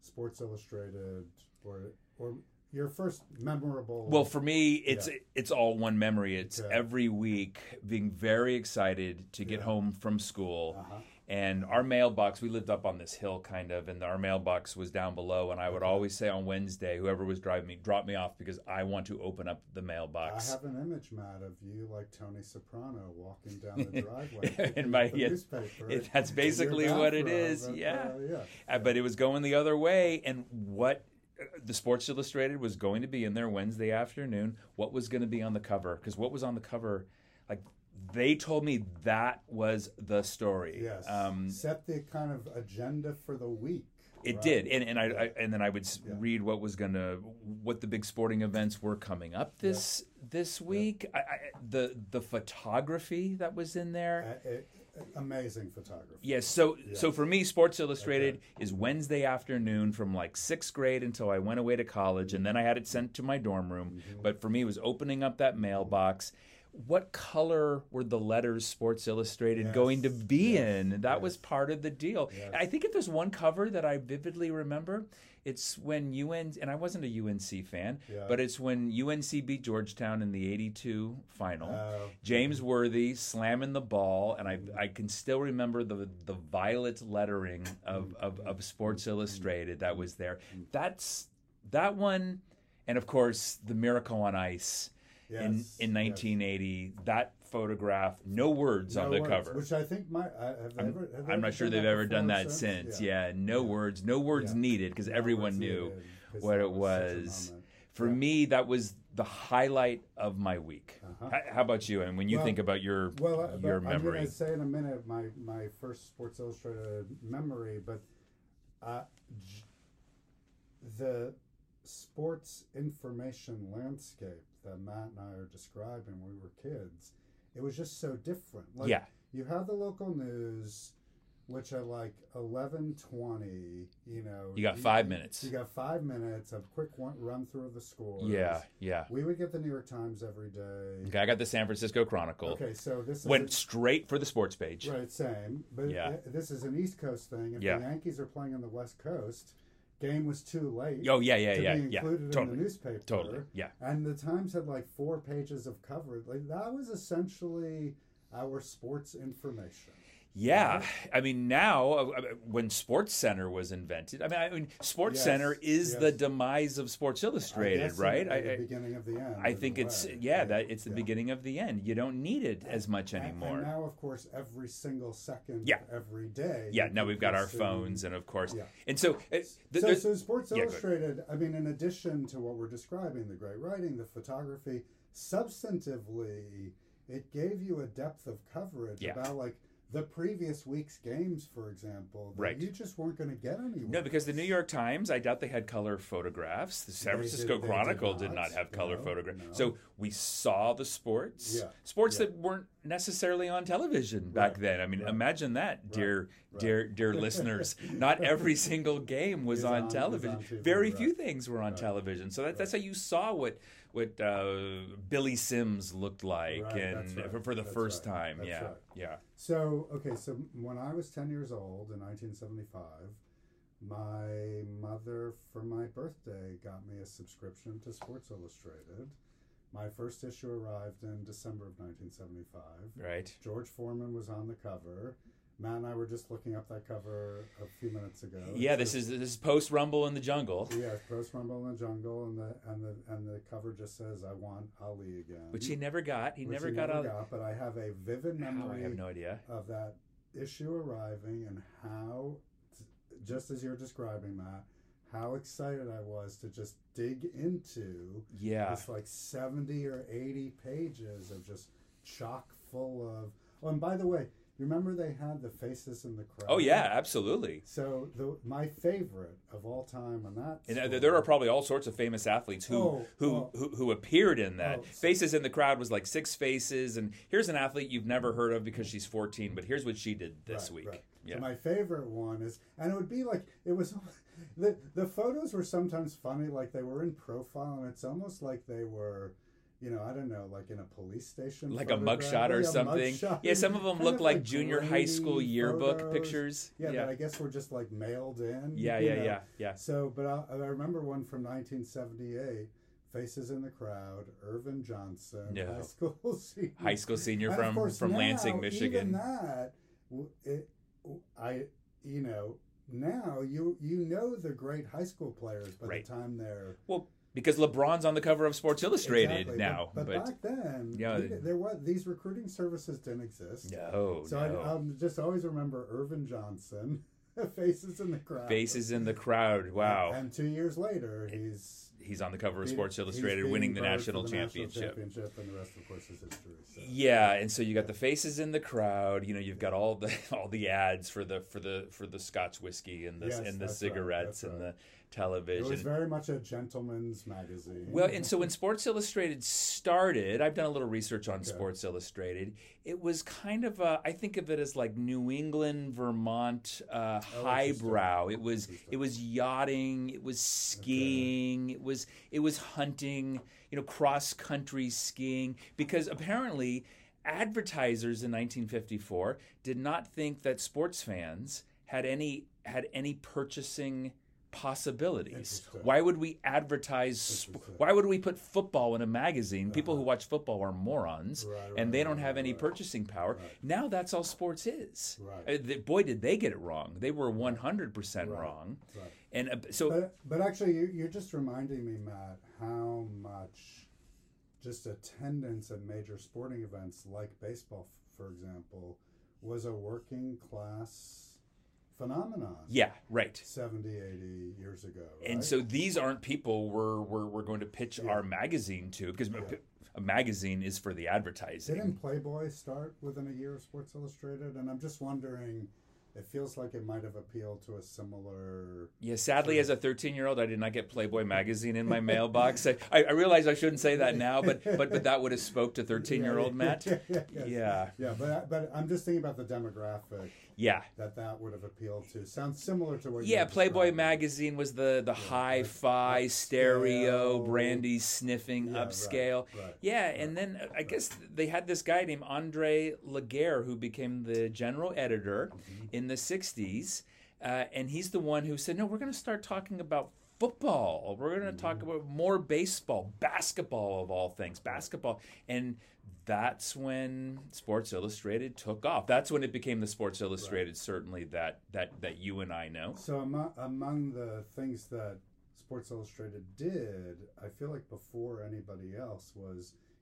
Speaker 1: Sports Illustrated or or your first memorable?
Speaker 2: Well, for me, it's
Speaker 1: Yeah.
Speaker 2: it's all one memory. It's
Speaker 1: Okay.
Speaker 2: every week being very excited to get
Speaker 1: Yeah.
Speaker 2: home from school
Speaker 1: uh-huh.
Speaker 2: And our mailbox, we lived up on this hill kind of, and our mailbox was down below. And I would always say on Wednesday, whoever was driving me, drop me off because I want to open up the
Speaker 1: I
Speaker 2: mailbox.
Speaker 1: have an image, Matt, of you like Tony Soprano walking down
Speaker 2: [laughs]
Speaker 1: the driveway
Speaker 2: In
Speaker 1: picking
Speaker 2: my-
Speaker 1: up the
Speaker 2: yeah,
Speaker 1: newspaper.
Speaker 2: it- that's
Speaker 1: in your
Speaker 2: basically what it
Speaker 1: bathrobe
Speaker 2: is,
Speaker 1: at,
Speaker 2: yeah.
Speaker 1: uh, yeah.
Speaker 2: Uh, But it was going the other way. And what uh, the Sports Illustrated was going to be in there Wednesday afternoon, what was going to be on the cover? Because what was on the cover, like, they told me that was the story.
Speaker 1: Yes.
Speaker 2: Um,
Speaker 1: Set the kind of agenda for the week.
Speaker 2: It
Speaker 1: right?
Speaker 2: did, and and I, I and then I would s
Speaker 1: Yeah.
Speaker 2: read what was gonna, what the big sporting events were coming up this this week. I, I, the the photography that was in there.
Speaker 1: A- a- amazing photography.
Speaker 2: Yes. So so
Speaker 1: Yes.
Speaker 2: for me, Sports Illustrated is Wednesday afternoon from like sixth grade until I went away to college, and then I had it sent to my dorm room.
Speaker 1: Mm-hmm.
Speaker 2: But for me, it was opening up that mailbox. What color were the letters Sports Illustrated going to
Speaker 1: Yes,
Speaker 2: be
Speaker 1: yes,
Speaker 2: in? That
Speaker 1: yes.
Speaker 2: was part of the deal.
Speaker 1: Yes.
Speaker 2: I think if there's one cover that I vividly remember, it's when UN and I wasn't a UNC fan,
Speaker 1: Yeah.
Speaker 2: but it's when UNC beat Georgetown in the '82 final.
Speaker 1: Uh,
Speaker 2: James Worthy slamming the ball, and I, I can still remember the the violet lettering of, of, of Sports Illustrated that was there. That's that one, and of course the Miracle on Ice
Speaker 1: yes,
Speaker 2: in in
Speaker 1: yes.
Speaker 2: 1980. That photograph, no words
Speaker 1: No
Speaker 2: on the
Speaker 1: words,
Speaker 2: cover.
Speaker 1: Which I think might. I, have they ever, have they
Speaker 2: I'm
Speaker 1: ever
Speaker 2: not sure
Speaker 1: done
Speaker 2: they've
Speaker 1: that
Speaker 2: ever done
Speaker 1: before
Speaker 2: that since.
Speaker 1: Yeah.
Speaker 2: Yeah, no
Speaker 1: Yeah.
Speaker 2: words, no words
Speaker 1: Yeah.
Speaker 2: needed because
Speaker 1: No
Speaker 2: everyone
Speaker 1: words
Speaker 2: knew.
Speaker 1: needed, 'cause
Speaker 2: what
Speaker 1: that
Speaker 2: it
Speaker 1: such
Speaker 2: was.
Speaker 1: a moment.
Speaker 2: For
Speaker 1: Yeah.
Speaker 2: me, that was the highlight of my week.
Speaker 1: Uh-huh.
Speaker 2: H- How about you? And when you
Speaker 1: Well-
Speaker 2: think about your
Speaker 1: Well, uh,
Speaker 2: your
Speaker 1: but I'm
Speaker 2: memory,
Speaker 1: going to say in a minute my, my first Sports Illustrated memory, but uh, j- the sports information landscape that Matt and I are describing when we were kids, it was just so different. Like,
Speaker 2: yeah,
Speaker 1: You have the local news, which are like 11.20, you know.
Speaker 2: you got five minutes.
Speaker 1: You got five minutes of quick one, run through of the scores.
Speaker 2: Yeah, yeah.
Speaker 1: We would get the New York Times every day.
Speaker 2: Okay, I got the San Francisco Chronicle.
Speaker 1: Okay, so this is
Speaker 2: Went straight for the sports page.
Speaker 1: Right, same. But
Speaker 2: Yeah.
Speaker 1: uh, this is an East Coast thing. If
Speaker 2: Yeah.
Speaker 1: the Yankees are playing on the West Coast, game was too late
Speaker 2: Oh yeah, yeah,
Speaker 1: to
Speaker 2: yeah,
Speaker 1: be
Speaker 2: yeah.
Speaker 1: included in
Speaker 2: Totally,
Speaker 1: the newspaper.
Speaker 2: totally. Yeah,
Speaker 1: And the Times had like four pages of coverage. Like that was essentially our sports information.
Speaker 2: yeah. I mean, now uh, uh, when Sports Center was invented, I mean, I mean, Sports
Speaker 1: Yes,
Speaker 2: Center is the
Speaker 1: yes.
Speaker 2: demise of Sports
Speaker 1: I
Speaker 2: Illustrated,
Speaker 1: guess
Speaker 2: right?
Speaker 1: it'd
Speaker 2: I,
Speaker 1: be the
Speaker 2: I,
Speaker 1: beginning of the end.
Speaker 2: I
Speaker 1: in a
Speaker 2: think it's
Speaker 1: way.
Speaker 2: yeah, that it's the
Speaker 1: Yeah.
Speaker 2: beginning of the end. You don't need it as much
Speaker 1: And-
Speaker 2: anymore.
Speaker 1: And now, of course, every single second, of
Speaker 2: Yeah.
Speaker 1: every day.
Speaker 2: Yeah,
Speaker 1: you
Speaker 2: now
Speaker 1: can
Speaker 2: we've got our
Speaker 1: consume-
Speaker 2: phones, and of course,
Speaker 1: Yeah.
Speaker 2: and so uh, it, th-
Speaker 1: so,
Speaker 2: there's-
Speaker 1: so Sports
Speaker 2: yeah, go ahead.
Speaker 1: Illustrated, I mean, in addition to what we're describing, the great writing, the photography, substantively, it gave you a depth of coverage
Speaker 2: Yeah.
Speaker 1: about like the previous week's games, for example, that
Speaker 2: Right.
Speaker 1: you just weren't going to get anywhere.
Speaker 2: no, because the New York Times, I doubt they had color photographs. The
Speaker 1: They
Speaker 2: San
Speaker 1: did-
Speaker 2: Francisco
Speaker 1: they did
Speaker 2: Chronicle did
Speaker 1: not,
Speaker 2: not, have color
Speaker 1: no,
Speaker 2: photographs.
Speaker 1: no.
Speaker 2: So we saw the sports,
Speaker 1: Yeah,
Speaker 2: sports
Speaker 1: yeah.
Speaker 2: that weren't necessarily on television back
Speaker 1: Right,
Speaker 2: then. I mean,
Speaker 1: right,
Speaker 2: imagine that, dear,
Speaker 1: right.
Speaker 2: dear,
Speaker 1: [laughs]
Speaker 2: dear listeners. Not every single game was
Speaker 1: Is
Speaker 2: on,
Speaker 1: on- is on
Speaker 2: television.
Speaker 1: TV,
Speaker 2: Very
Speaker 1: right.
Speaker 2: few things were on television. So that, that's how you saw what what uh, Billy Sims looked like,
Speaker 1: Right, that's
Speaker 2: and
Speaker 1: right,
Speaker 2: for, for the
Speaker 1: that's
Speaker 2: first
Speaker 1: right,
Speaker 2: time,
Speaker 1: that's
Speaker 2: yeah,
Speaker 1: right.
Speaker 2: yeah.
Speaker 1: So, okay, so when I was 10 years old in 1975, my mother, for my birthday, got me a subscription to Sports Illustrated. My first issue arrived in December of 1975.
Speaker 2: Right.
Speaker 1: George Foreman was on the cover. Matt and I were just looking up that cover a few minutes ago.
Speaker 2: Yeah,
Speaker 1: It's
Speaker 2: this
Speaker 1: just-
Speaker 2: is this is post Rumble in the Jungle,
Speaker 1: Yeah, Post Rumble in the Jungle, and the, and, the, and the cover just says, I want Ali again.
Speaker 2: which he never got. He
Speaker 1: which
Speaker 2: never got out.
Speaker 1: But I have a vivid
Speaker 2: How, I
Speaker 1: memory
Speaker 2: have no idea.
Speaker 1: of that issue arriving and how, just as you're describing that, how excited I was to just dig into
Speaker 2: Yeah,
Speaker 1: this like 70 or 80 pages of just chock full of. Oh, and by the way, you remember they had the faces in the crowd?
Speaker 2: Oh yeah, absolutely.
Speaker 1: So the my favorite of all time on that.
Speaker 2: And uh,
Speaker 1: score-
Speaker 2: th- there are probably all sorts of famous athletes who
Speaker 1: Oh,
Speaker 2: who,
Speaker 1: oh.
Speaker 2: who who appeared in that.
Speaker 1: Oh, so-
Speaker 2: faces in the crowd was like six faces, and here's an athlete you've never heard of because she's 14, but here's what she did this
Speaker 1: Right,
Speaker 2: week.
Speaker 1: right. So
Speaker 2: Yeah,
Speaker 1: my favorite one is, and it would be like it was. [laughs] The the photos were sometimes funny, like they were in profile, and it's almost like they were, you know, I don't know, like in a police station,
Speaker 2: like a
Speaker 1: photograph,
Speaker 2: mugshot or
Speaker 1: like a
Speaker 2: something.
Speaker 1: mugshot.
Speaker 2: Yeah, some of them
Speaker 1: [laughs] Kind
Speaker 2: look
Speaker 1: of
Speaker 2: like junior high
Speaker 1: grainy
Speaker 2: school yearbook
Speaker 1: photos.
Speaker 2: pictures.
Speaker 1: Yeah,
Speaker 2: yeah,
Speaker 1: that I guess were just like mailed in.
Speaker 2: yeah,
Speaker 1: you
Speaker 2: yeah,
Speaker 1: know.
Speaker 2: yeah, yeah.
Speaker 1: So, but I, I remember one from 1978. Faces in the crowd, Irvin Johnson,
Speaker 2: No.
Speaker 1: high school [laughs] senior.
Speaker 2: High school senior
Speaker 1: And of
Speaker 2: from
Speaker 1: course
Speaker 2: from
Speaker 1: now,
Speaker 2: Lansing,
Speaker 1: Even
Speaker 2: Michigan.
Speaker 1: that, w- it, I you know now you you know the great high school players by
Speaker 2: Right.
Speaker 1: the time they're
Speaker 2: Well, because LeBron's on the cover of Sports Illustrated
Speaker 1: Exactly, but-
Speaker 2: now,
Speaker 1: But,
Speaker 2: but,
Speaker 1: back then,
Speaker 2: Yeah.
Speaker 1: we- there was these recruiting services didn't exist.
Speaker 2: no,
Speaker 1: So
Speaker 2: no.
Speaker 1: I, I'm just always remember Irvin Johnson, [laughs] faces in the crowd.
Speaker 2: faces in the crowd. Wow,
Speaker 1: uh, And two years later, he's
Speaker 2: he's on the cover of
Speaker 1: be-
Speaker 2: Sports
Speaker 1: he's
Speaker 2: Illustrated,
Speaker 1: being
Speaker 2: winning the
Speaker 1: burned for
Speaker 2: national championship.
Speaker 1: championship, and the rest, of course, is history. So.
Speaker 2: Yeah, and so you got the faces in the crowd. You know, you've got all the [laughs] all the ads for the for the for the Scotch whiskey and the
Speaker 1: Yes,
Speaker 2: and the
Speaker 1: that's right,
Speaker 2: cigarettes
Speaker 1: that's
Speaker 2: and
Speaker 1: right.
Speaker 2: the
Speaker 1: It
Speaker 2: television.
Speaker 1: was very much a gentleman's magazine.
Speaker 2: Well, and so when Sports Illustrated started, I've done a little research on Sports Illustrated. It was kind of a, I think of it as like New England, Vermont uh, highbrow. It was it was yachting, it was skiing, it was it was hunting, you know, cross country skiing. Because apparently, advertisers in 1954 did not think that sports fans had any had any purchasing possibilities.
Speaker 1: Interesting.
Speaker 2: Why would we advertise? Sp- why would we put football in a magazine? People who watch football are morons,
Speaker 1: Uh-huh. Right,
Speaker 2: and
Speaker 1: right,
Speaker 2: they don't
Speaker 1: right,
Speaker 2: have
Speaker 1: right,
Speaker 2: any
Speaker 1: right.
Speaker 2: purchasing power. Now that's all sports is.
Speaker 1: Right.
Speaker 2: Uh, th- boy, did they get it wrong. They were one hundred percent wrong.
Speaker 1: Right.
Speaker 2: And uh, so,
Speaker 1: But, but actually, you, you're just reminding me, Matt, how much just attendance at major sporting events like baseball, f- for example, was a working class phenomenon
Speaker 2: yeah, right.
Speaker 1: 70, 80 years ago.
Speaker 2: And
Speaker 1: right?
Speaker 2: so these aren't people we're we're, we're going to pitch our magazine to because a, a magazine is for the advertising.
Speaker 1: Didn't Playboy start within a year of Sports Illustrated? And I'm just wondering, it feels like it might have appealed to a similar.
Speaker 2: Yeah, sadly, as a 13 year old, I did not get
Speaker 1: [laughs]
Speaker 2: Playboy magazine in my mailbox. I, I I realize I shouldn't say that now, but but, but that would have spoke
Speaker 1: [laughs]
Speaker 2: to 13 year old Matt. Yeah,
Speaker 1: Yeah, but, but I'm just thinking about the demographic
Speaker 2: yeah.
Speaker 1: that that would have appealed to. Sounds similar to what you
Speaker 2: Yeah,
Speaker 1: were
Speaker 2: Playboy
Speaker 1: describing.
Speaker 2: magazine was the the hi-fi stereo,
Speaker 1: stereo.
Speaker 2: brandy sniffing
Speaker 1: Yeah, right,
Speaker 2: upscale.
Speaker 1: right,
Speaker 2: yeah, and then uh, I guess they had this guy named Andre Laguerre who became the general editor
Speaker 1: Mm-hmm.
Speaker 2: in the '60s, uh, and he's the one who said, "No, we're going to start talking about." Football. We're going to talk
Speaker 1: Mm-hmm.
Speaker 2: about more baseball, basketball of all things, basketball, and that's when Sports Illustrated took off. That's when it became the Sports Illustrated, certainly that that that you and I know.
Speaker 1: So among, among the things that Sports Illustrated did, I feel like before anybody else was,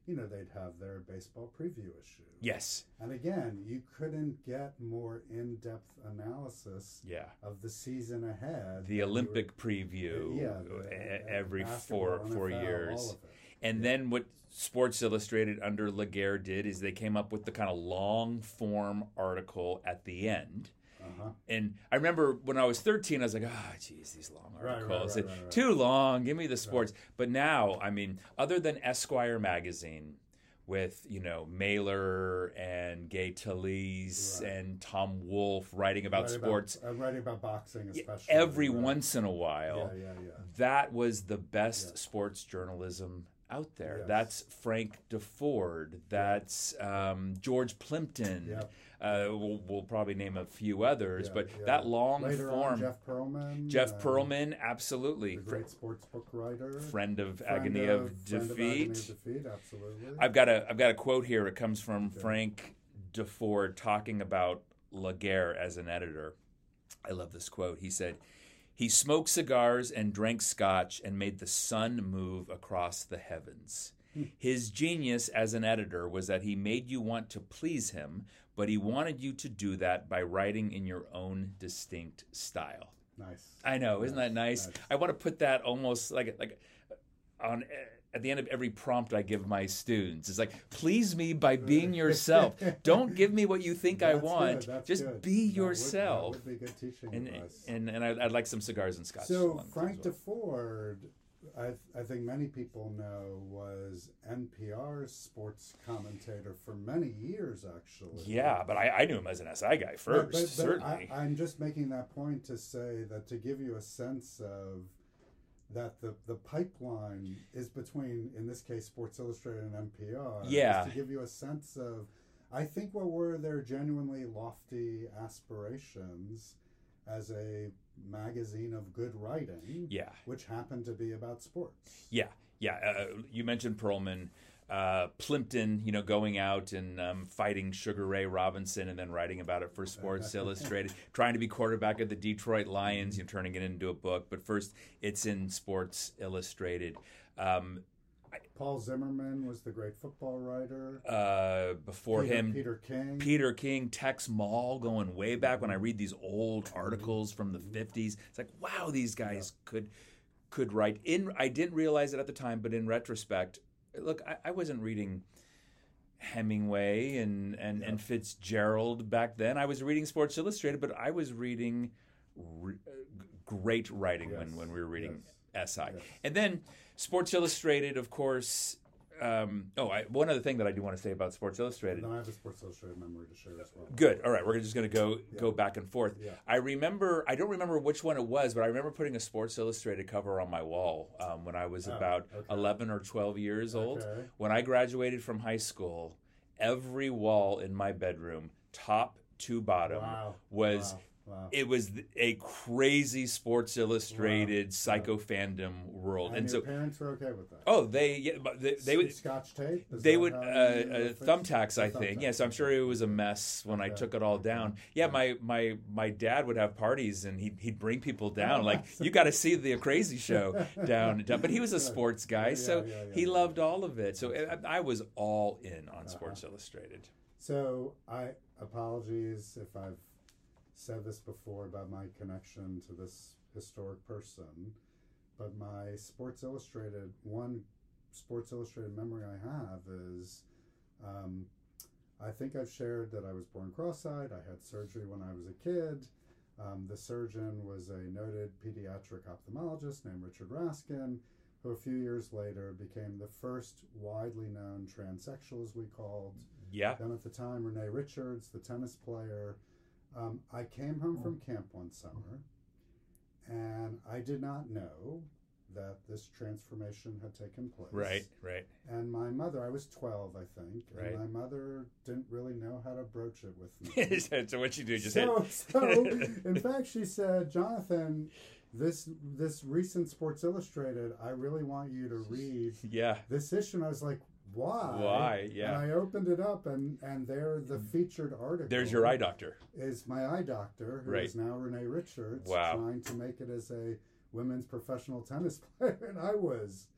Speaker 1: you know, they'd have their baseball preview issue.
Speaker 2: Yes.
Speaker 1: And again, you couldn't get more in-depth analysis
Speaker 2: Yeah.
Speaker 1: of the season ahead. than
Speaker 2: The
Speaker 1: you were-
Speaker 2: Olympic preview
Speaker 1: yeah,
Speaker 2: e-
Speaker 1: the- uh,
Speaker 2: every four
Speaker 1: basketball,
Speaker 2: four
Speaker 1: NFL, all
Speaker 2: years.
Speaker 1: of it.
Speaker 2: And then what Sports Illustrated under Laguerre did is they came up with the kind of long form article at the end.
Speaker 1: Uh-huh.
Speaker 2: And I remember when I was 13, I was like, oh, geez, these long
Speaker 1: Right, right,
Speaker 2: articles.
Speaker 1: right, right, right.
Speaker 2: Too long. Give me the sports. But now, I mean, other than Esquire magazine with, you know, Mailer and Gay Talese
Speaker 1: Right.
Speaker 2: and Tom Wolfe writing about
Speaker 1: Writing
Speaker 2: sports
Speaker 1: I'm writing about boxing, especially
Speaker 2: every
Speaker 1: right?
Speaker 2: once in a while,
Speaker 1: Yeah, yeah, yeah.
Speaker 2: that was the best sports journalism out there.
Speaker 1: Yes.
Speaker 2: That's Frank DeFord. That's um, George Plimpton.
Speaker 1: Yep.
Speaker 2: Uh, we'll, we'll probably name a few others,
Speaker 1: Yeah,
Speaker 2: but
Speaker 1: yeah.
Speaker 2: that long
Speaker 1: Later
Speaker 2: form.
Speaker 1: on, Jeff Perlman.
Speaker 2: Jeff
Speaker 1: uh,
Speaker 2: Perlman, absolutely.
Speaker 1: the great sports book writer.
Speaker 2: Friend of
Speaker 1: Friend
Speaker 2: Agony of,
Speaker 1: friend of Agony of
Speaker 2: Defeat.
Speaker 1: Defeat, absolutely.
Speaker 2: I've got a I've got a quote here. It comes from Frank DeFord talking about Laguerre as an editor. I love this quote. He said, "He smoked cigars and drank scotch and made the sun move across the heavens." His genius as an editor was that he made you want to please him, but he wanted you to do that by writing in your own distinct style.
Speaker 1: nice.
Speaker 2: I know, isn't that nice? I want to put that almost like like on at the end of every prompt I give my students. It's like, please me by
Speaker 1: [laughs]
Speaker 2: being yourself. Don't give me what you think I
Speaker 1: That's good,
Speaker 2: want.
Speaker 1: that's
Speaker 2: Just
Speaker 1: good. That
Speaker 2: be
Speaker 1: would-
Speaker 2: yourself.
Speaker 1: That would, be good teaching
Speaker 2: And
Speaker 1: advice.
Speaker 2: and and I'd, I'd like some cigars and scotch.
Speaker 1: so
Speaker 2: along
Speaker 1: Frank
Speaker 2: those lines.
Speaker 1: DeFord, I, I think many people know, was NPR's sports commentator for many years, actually.
Speaker 2: yeah, but I, I knew him as an SI guy first,
Speaker 1: but, but
Speaker 2: certainly.
Speaker 1: I, I'm just making that point to say that to give you a sense of that the, the pipeline is between, in this case, Sports Illustrated and NPR. is
Speaker 2: Yeah.
Speaker 1: to give you a sense of, I think, what were their genuinely lofty aspirations as a magazine of good writing,
Speaker 2: yeah.
Speaker 1: which happened to be about sports.
Speaker 2: Yeah, yeah. Uh, you mentioned Perlman. uh, Plimpton, you know, going out and um, fighting Sugar Ray Robinson and then writing about it for Sports Illustrated, trying to be quarterback of the Detroit Lions, you know, turning it into a book. But first, it's in Sports Illustrated. Um,
Speaker 1: Paul Zimmerman was the great football writer.
Speaker 2: uh, before
Speaker 1: Peter,
Speaker 2: him,
Speaker 1: Peter King.
Speaker 2: Peter King, Tex Mall, going way back when I read these old
Speaker 1: Mm-hmm.
Speaker 2: articles from the 50s. It's like, wow, these guys could could write. In I didn't realize it at the time, but in retrospect, look, I, I wasn't reading Hemingway and and, and Fitzgerald back then. I was reading Sports Illustrated, but I was reading re- uh, g- great writing when,
Speaker 1: Yes.
Speaker 2: when we were reading
Speaker 1: Yes.
Speaker 2: SI. And then Sports Illustrated, of course. Um, oh, I, one other thing that I do want to say about Sports Illustrated.
Speaker 1: And I have a sports illustrated memory to share as well.
Speaker 2: Good. All right, we're just going to go go back and forth.
Speaker 1: Yeah.
Speaker 2: I remember. I don't remember which one it was, but I remember putting a Sports Illustrated cover on my wall um, when I was about
Speaker 1: Oh, okay.
Speaker 2: eleven or twelve years old.
Speaker 1: Okay.
Speaker 2: When I graduated from high school, every wall in my bedroom, top to bottom,
Speaker 1: Wow.
Speaker 2: was.
Speaker 1: Wow. Wow.
Speaker 2: It was th- a crazy Sports Illustrated psycho fandom world,
Speaker 1: And,
Speaker 2: and, so
Speaker 1: your parents were okay with that.
Speaker 2: oh, they yeah, but they, they would
Speaker 1: Scotch tape. Is
Speaker 2: they
Speaker 1: that
Speaker 2: would uh,
Speaker 1: how
Speaker 2: uh,
Speaker 1: you, fix-
Speaker 2: thumbtacks, I think.
Speaker 1: thumbtacks.
Speaker 2: Yes, I'm sure it was a mess when I
Speaker 1: Okay.
Speaker 2: took it all down. Yeah, my my my dad would have parties and he'd he'd
Speaker 1: [laughs]
Speaker 2: bring people down. Like you got to see the crazy show down, down. But he
Speaker 1: [laughs]
Speaker 2: was a sports guy,
Speaker 1: Yeah,
Speaker 2: so
Speaker 1: yeah, Uh-huh. yeah,
Speaker 2: he
Speaker 1: yeah.
Speaker 2: loved all of it. So I, I was all in on Sports Illustrated.
Speaker 1: So I apologies if I've said this before about my connection to this historic person, but my Sports Illustrated one Sports Illustrated memory I have is. Um, I think I've shared that I was born cross-eyed. I had surgery when I was a kid. Um, the surgeon was a noted pediatric ophthalmologist named Richard Raskin, who a few years later became the first widely known transsexual, as we called,
Speaker 2: Yeah,
Speaker 1: then at the time, Renee Richards, the tennis player. Um, I came home from
Speaker 2: Hmm.
Speaker 1: camp one summer, and I did not know that this transformation had taken place.
Speaker 2: right,
Speaker 1: [laughs]
Speaker 2: right. [laughs]
Speaker 1: And my mother, I was 12, I think,
Speaker 2: Right.
Speaker 1: and my mother didn't really know how to broach it
Speaker 2: [laughs]
Speaker 1: with me.
Speaker 2: so what you do? Just hit.
Speaker 1: so,
Speaker 2: [laughs]
Speaker 1: so, in fact, she said, Jonathan, this this recent Sports Illustrated, I really want you to read
Speaker 2: Yeah.
Speaker 1: this issue. And I was like, why?
Speaker 2: Why? Yeah. Mm-hmm.
Speaker 1: And I opened it up, and and there the featured article.
Speaker 2: There's your eye doctor.
Speaker 1: Is my eye doctor, who is
Speaker 2: Right.
Speaker 1: now Renee Richards,
Speaker 2: Wow.
Speaker 1: trying to make it as a women's professional tennis [laughs] player, and I was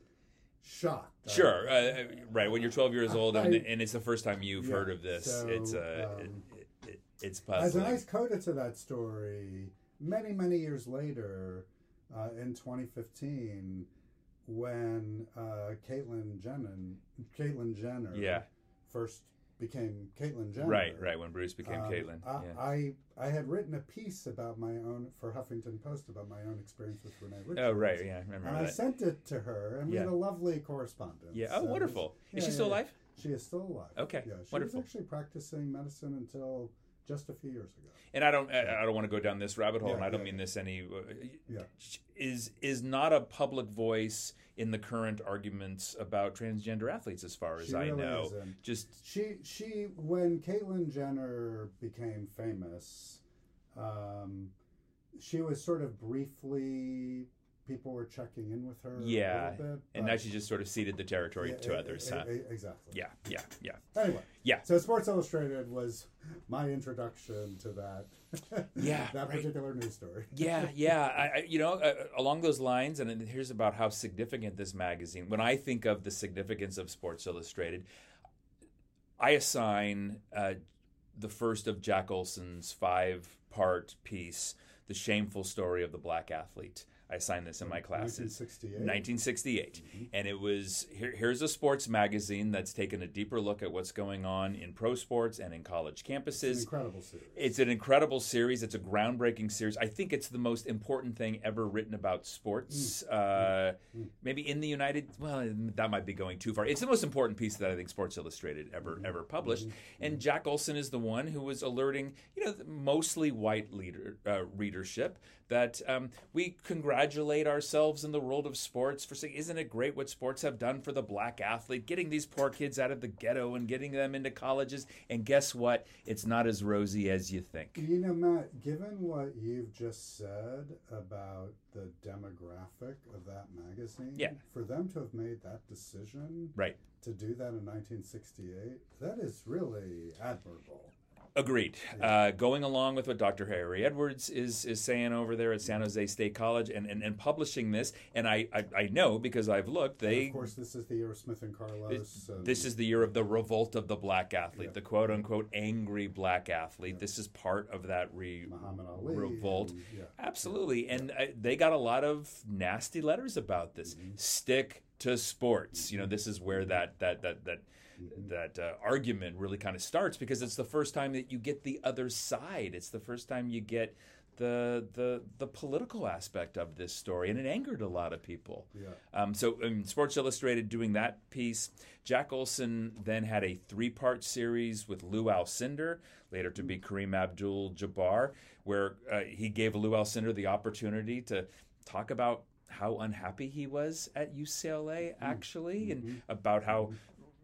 Speaker 1: shocked. I-
Speaker 2: Sure. Uh, right. When you're 12 years old and,
Speaker 1: I-
Speaker 2: and it's the first time you've
Speaker 1: Yeah,
Speaker 2: heard of this,
Speaker 1: so,
Speaker 2: it's uh,
Speaker 1: um,
Speaker 2: it, it, it's
Speaker 1: as a
Speaker 2: puzzling.
Speaker 1: nice coda to that story, many many years later, uh, in 2015, when uh, Caitlyn Jenner, Caitlyn Jenner,
Speaker 2: Yeah.
Speaker 1: first became Caitlyn Jenner,
Speaker 2: Right, right. When Bruce became
Speaker 1: Um,
Speaker 2: Caitlyn.
Speaker 1: I,
Speaker 2: yeah.
Speaker 1: I I had written a piece about my own for Huffington Post about my own experience with Renee Richards.
Speaker 2: Oh right, yeah, I remember
Speaker 1: And I
Speaker 2: that.
Speaker 1: sent it to her, and we had
Speaker 2: Yeah.
Speaker 1: a lovely correspondence.
Speaker 2: yeah. Oh,
Speaker 1: And-
Speaker 2: wonderful.
Speaker 1: yeah,
Speaker 2: Is she
Speaker 1: yeah,
Speaker 2: still
Speaker 1: yeah.
Speaker 2: alive?
Speaker 1: She is still alive.
Speaker 2: Okay,
Speaker 1: Yeah, she
Speaker 2: wonderful.
Speaker 1: was actually practicing medicine until just a few years ago.
Speaker 2: And I don't. I, I don't want to go down this rabbit hole,
Speaker 1: Yeah,
Speaker 2: and I don't
Speaker 1: yeah,
Speaker 2: mean this any. Uh,
Speaker 1: Yeah.
Speaker 2: Is is not a public voice in the current arguments about transgender athletes, as far as
Speaker 1: She
Speaker 2: I
Speaker 1: really
Speaker 2: know.
Speaker 1: is, and-
Speaker 2: Just
Speaker 1: She she when Caitlyn Jenner became famous, um, she was sort of briefly people were checking in with her.
Speaker 2: Yeah,
Speaker 1: a little bit,
Speaker 2: and
Speaker 1: but-
Speaker 2: now she just sort of ceded the territory
Speaker 1: Yeah,
Speaker 2: to
Speaker 1: e-
Speaker 2: others.
Speaker 1: e-
Speaker 2: huh?
Speaker 1: e- exactly.
Speaker 2: yeah, yeah, yeah.
Speaker 1: Anyway.
Speaker 2: Yeah.
Speaker 1: So Sports Illustrated was my introduction to that. [laughs]
Speaker 2: Yeah,
Speaker 1: that
Speaker 2: right.
Speaker 1: particular news story.
Speaker 2: yeah, yeah. I, I, you know, uh, along those lines, and then here's about how significant this magazine. When I think of the significance of Sports Illustrated, I assign uh, the first of Jack Olson's five-part piece, "The Shameful Story of the Black Athlete." I assign this in my classes.
Speaker 1: 1968.
Speaker 2: 1968. And it was here, here's a sports magazine that's taken a deeper look at what's going on in pro sports and in college campuses.
Speaker 1: Incredible series.
Speaker 2: It's an incredible series. It's a groundbreaking series. I think it's the most important thing ever written about sports. Uh, Maybe in the United, well, that might be going too far. It's the most important piece that I think Sports Illustrated ever ever published. And Jack Olson is the one who was alerting, you know, mostly white leader uh, readership that um, we congratulate congratulate ourselves in the world of sports for saying, isn't it great what sports have done for the black athlete, getting these poor kids out of the ghetto and getting them into colleges? And guess what? It's not as rosy as you think.
Speaker 1: You know, Matt, given what you've just said about the demographic of that magazine,
Speaker 2: Yeah.
Speaker 1: for them to have made that decision
Speaker 2: Right.
Speaker 1: to do that in 1968, that is really admirable.
Speaker 2: Agreed. Uh, going along with what Dr. Harry Edwards is, is saying over there at San Jose State College and, and, and publishing this, and I, I, I know because I've looked,
Speaker 1: Of
Speaker 2: they
Speaker 1: course, this is the year of Smith and Carlos. and-
Speaker 2: This is the year of the revolt of the black athlete, the quote unquote angry black athlete. This is part of that re-
Speaker 1: Muhammad Ali
Speaker 2: revolt.
Speaker 1: and- yeah.
Speaker 2: Absolutely. And uh, they got a lot of nasty letters about this.
Speaker 1: Mm-hmm.
Speaker 2: Stick to sports. You know, this is where that that that that
Speaker 1: mm-hmm,
Speaker 2: that uh, argument really kind of starts because it's the first time that you get the other side. It's the first time you get the the the political aspect of this story and it angered a lot of people.
Speaker 1: Yeah.
Speaker 2: Um, so um, Sports Illustrated doing that piece. Jack Olson then had a three-part series with Lou Alcindor, later to be Kareem Abdul-Jabbar, where uh, he gave Lou Alcindor the opportunity to talk about how unhappy he was at UCLA, actually, and about how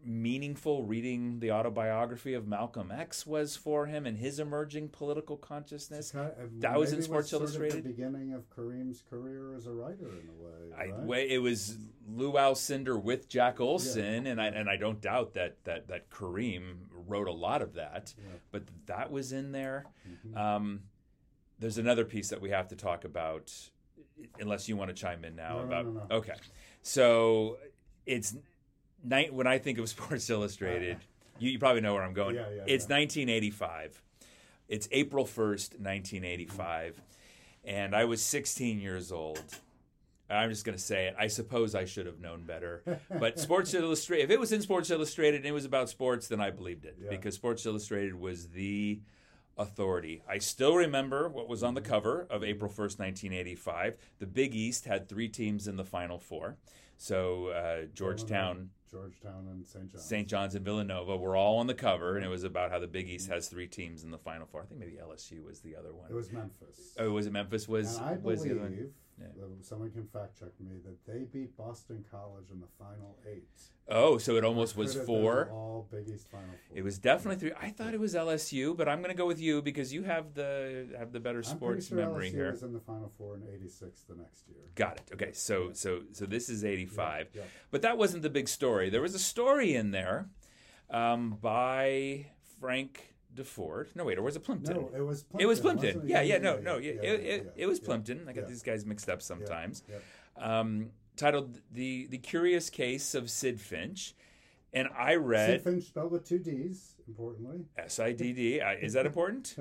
Speaker 2: meaningful reading the autobiography of Malcolm X was for him and his emerging political consciousness.
Speaker 1: Kind of-
Speaker 2: That was
Speaker 1: maybe
Speaker 2: in Sports
Speaker 1: sort of
Speaker 2: Illustrated.
Speaker 1: the beginning of Kareem's career as a writer, in a way.
Speaker 2: I,
Speaker 1: right?
Speaker 2: way- It was Lou Alcindor with Jack Olson, and I and I don't doubt that that that Kareem wrote a lot of that, but that was in there.
Speaker 1: Mm-hmm.
Speaker 2: Um, there's another piece that we have to talk about, unless you want to chime in
Speaker 1: No,
Speaker 2: now
Speaker 1: no,
Speaker 2: about.
Speaker 1: no, no.
Speaker 2: Okay, so it's night when I think of [laughs] Sports Illustrated. You, you probably know where I'm going.
Speaker 1: Yeah, yeah,
Speaker 2: it's
Speaker 1: yeah.
Speaker 2: 1985. It's April 1st, 1985, and I was 16 years old. I'm just going to say it. I suppose I should have known
Speaker 1: [laughs]
Speaker 2: better. But Sports Illustrated, if it was in Sports Illustrated and it was about sports, then I believed it
Speaker 1: Yeah.
Speaker 2: because Sports Illustrated was the authority. I still remember what was on the cover of April 1st, 1985. The Big East had three teams in the Final Four. So uh, Georgetown,
Speaker 1: Georgetown and St. John's.
Speaker 2: St. John's, and Villanova were all on the cover, and it was about how the Big East has three teams in the Final Four. I think maybe LSU was the other
Speaker 1: It
Speaker 2: one.
Speaker 1: was Memphis.
Speaker 2: Oh, was it Memphis? Was
Speaker 1: and I
Speaker 2: was the
Speaker 1: believe,
Speaker 2: other one?
Speaker 1: that someone can fact check me, that they beat Boston College in the final eight.
Speaker 2: Oh, so it almost was
Speaker 1: Could have been
Speaker 2: four.
Speaker 1: All Big East final four.
Speaker 2: It was definitely three. I thought it was LSU, but I'm going to go with you because you have the have the better
Speaker 1: I'm pretty
Speaker 2: sports
Speaker 1: sure
Speaker 2: memory
Speaker 1: LSU
Speaker 2: here.
Speaker 1: was in the final four in '86 the next year.
Speaker 2: Got it. Okay, so so so this is 85.
Speaker 1: yeah.
Speaker 2: But that wasn't the big story. There was a story in there um, by Frank DeFord. No, wait, or was it Plimpton?
Speaker 1: No, it was Plimpton.
Speaker 2: it was Plimpton.
Speaker 1: wasn't it?
Speaker 2: Yeah, yeah, no, no, yeah,
Speaker 1: yeah,
Speaker 2: it,
Speaker 1: yeah,
Speaker 2: it,
Speaker 1: yeah,
Speaker 2: it was
Speaker 1: yeah.
Speaker 2: Plimpton. I got
Speaker 1: yeah.
Speaker 2: these guys mixed up sometimes.
Speaker 1: Yeah.
Speaker 2: Um, titled the the Curious Case of Sid Finch, and I
Speaker 1: Sid
Speaker 2: read
Speaker 1: Finch spelled with two D's, importantly.
Speaker 2: S I D D. I- Is that important?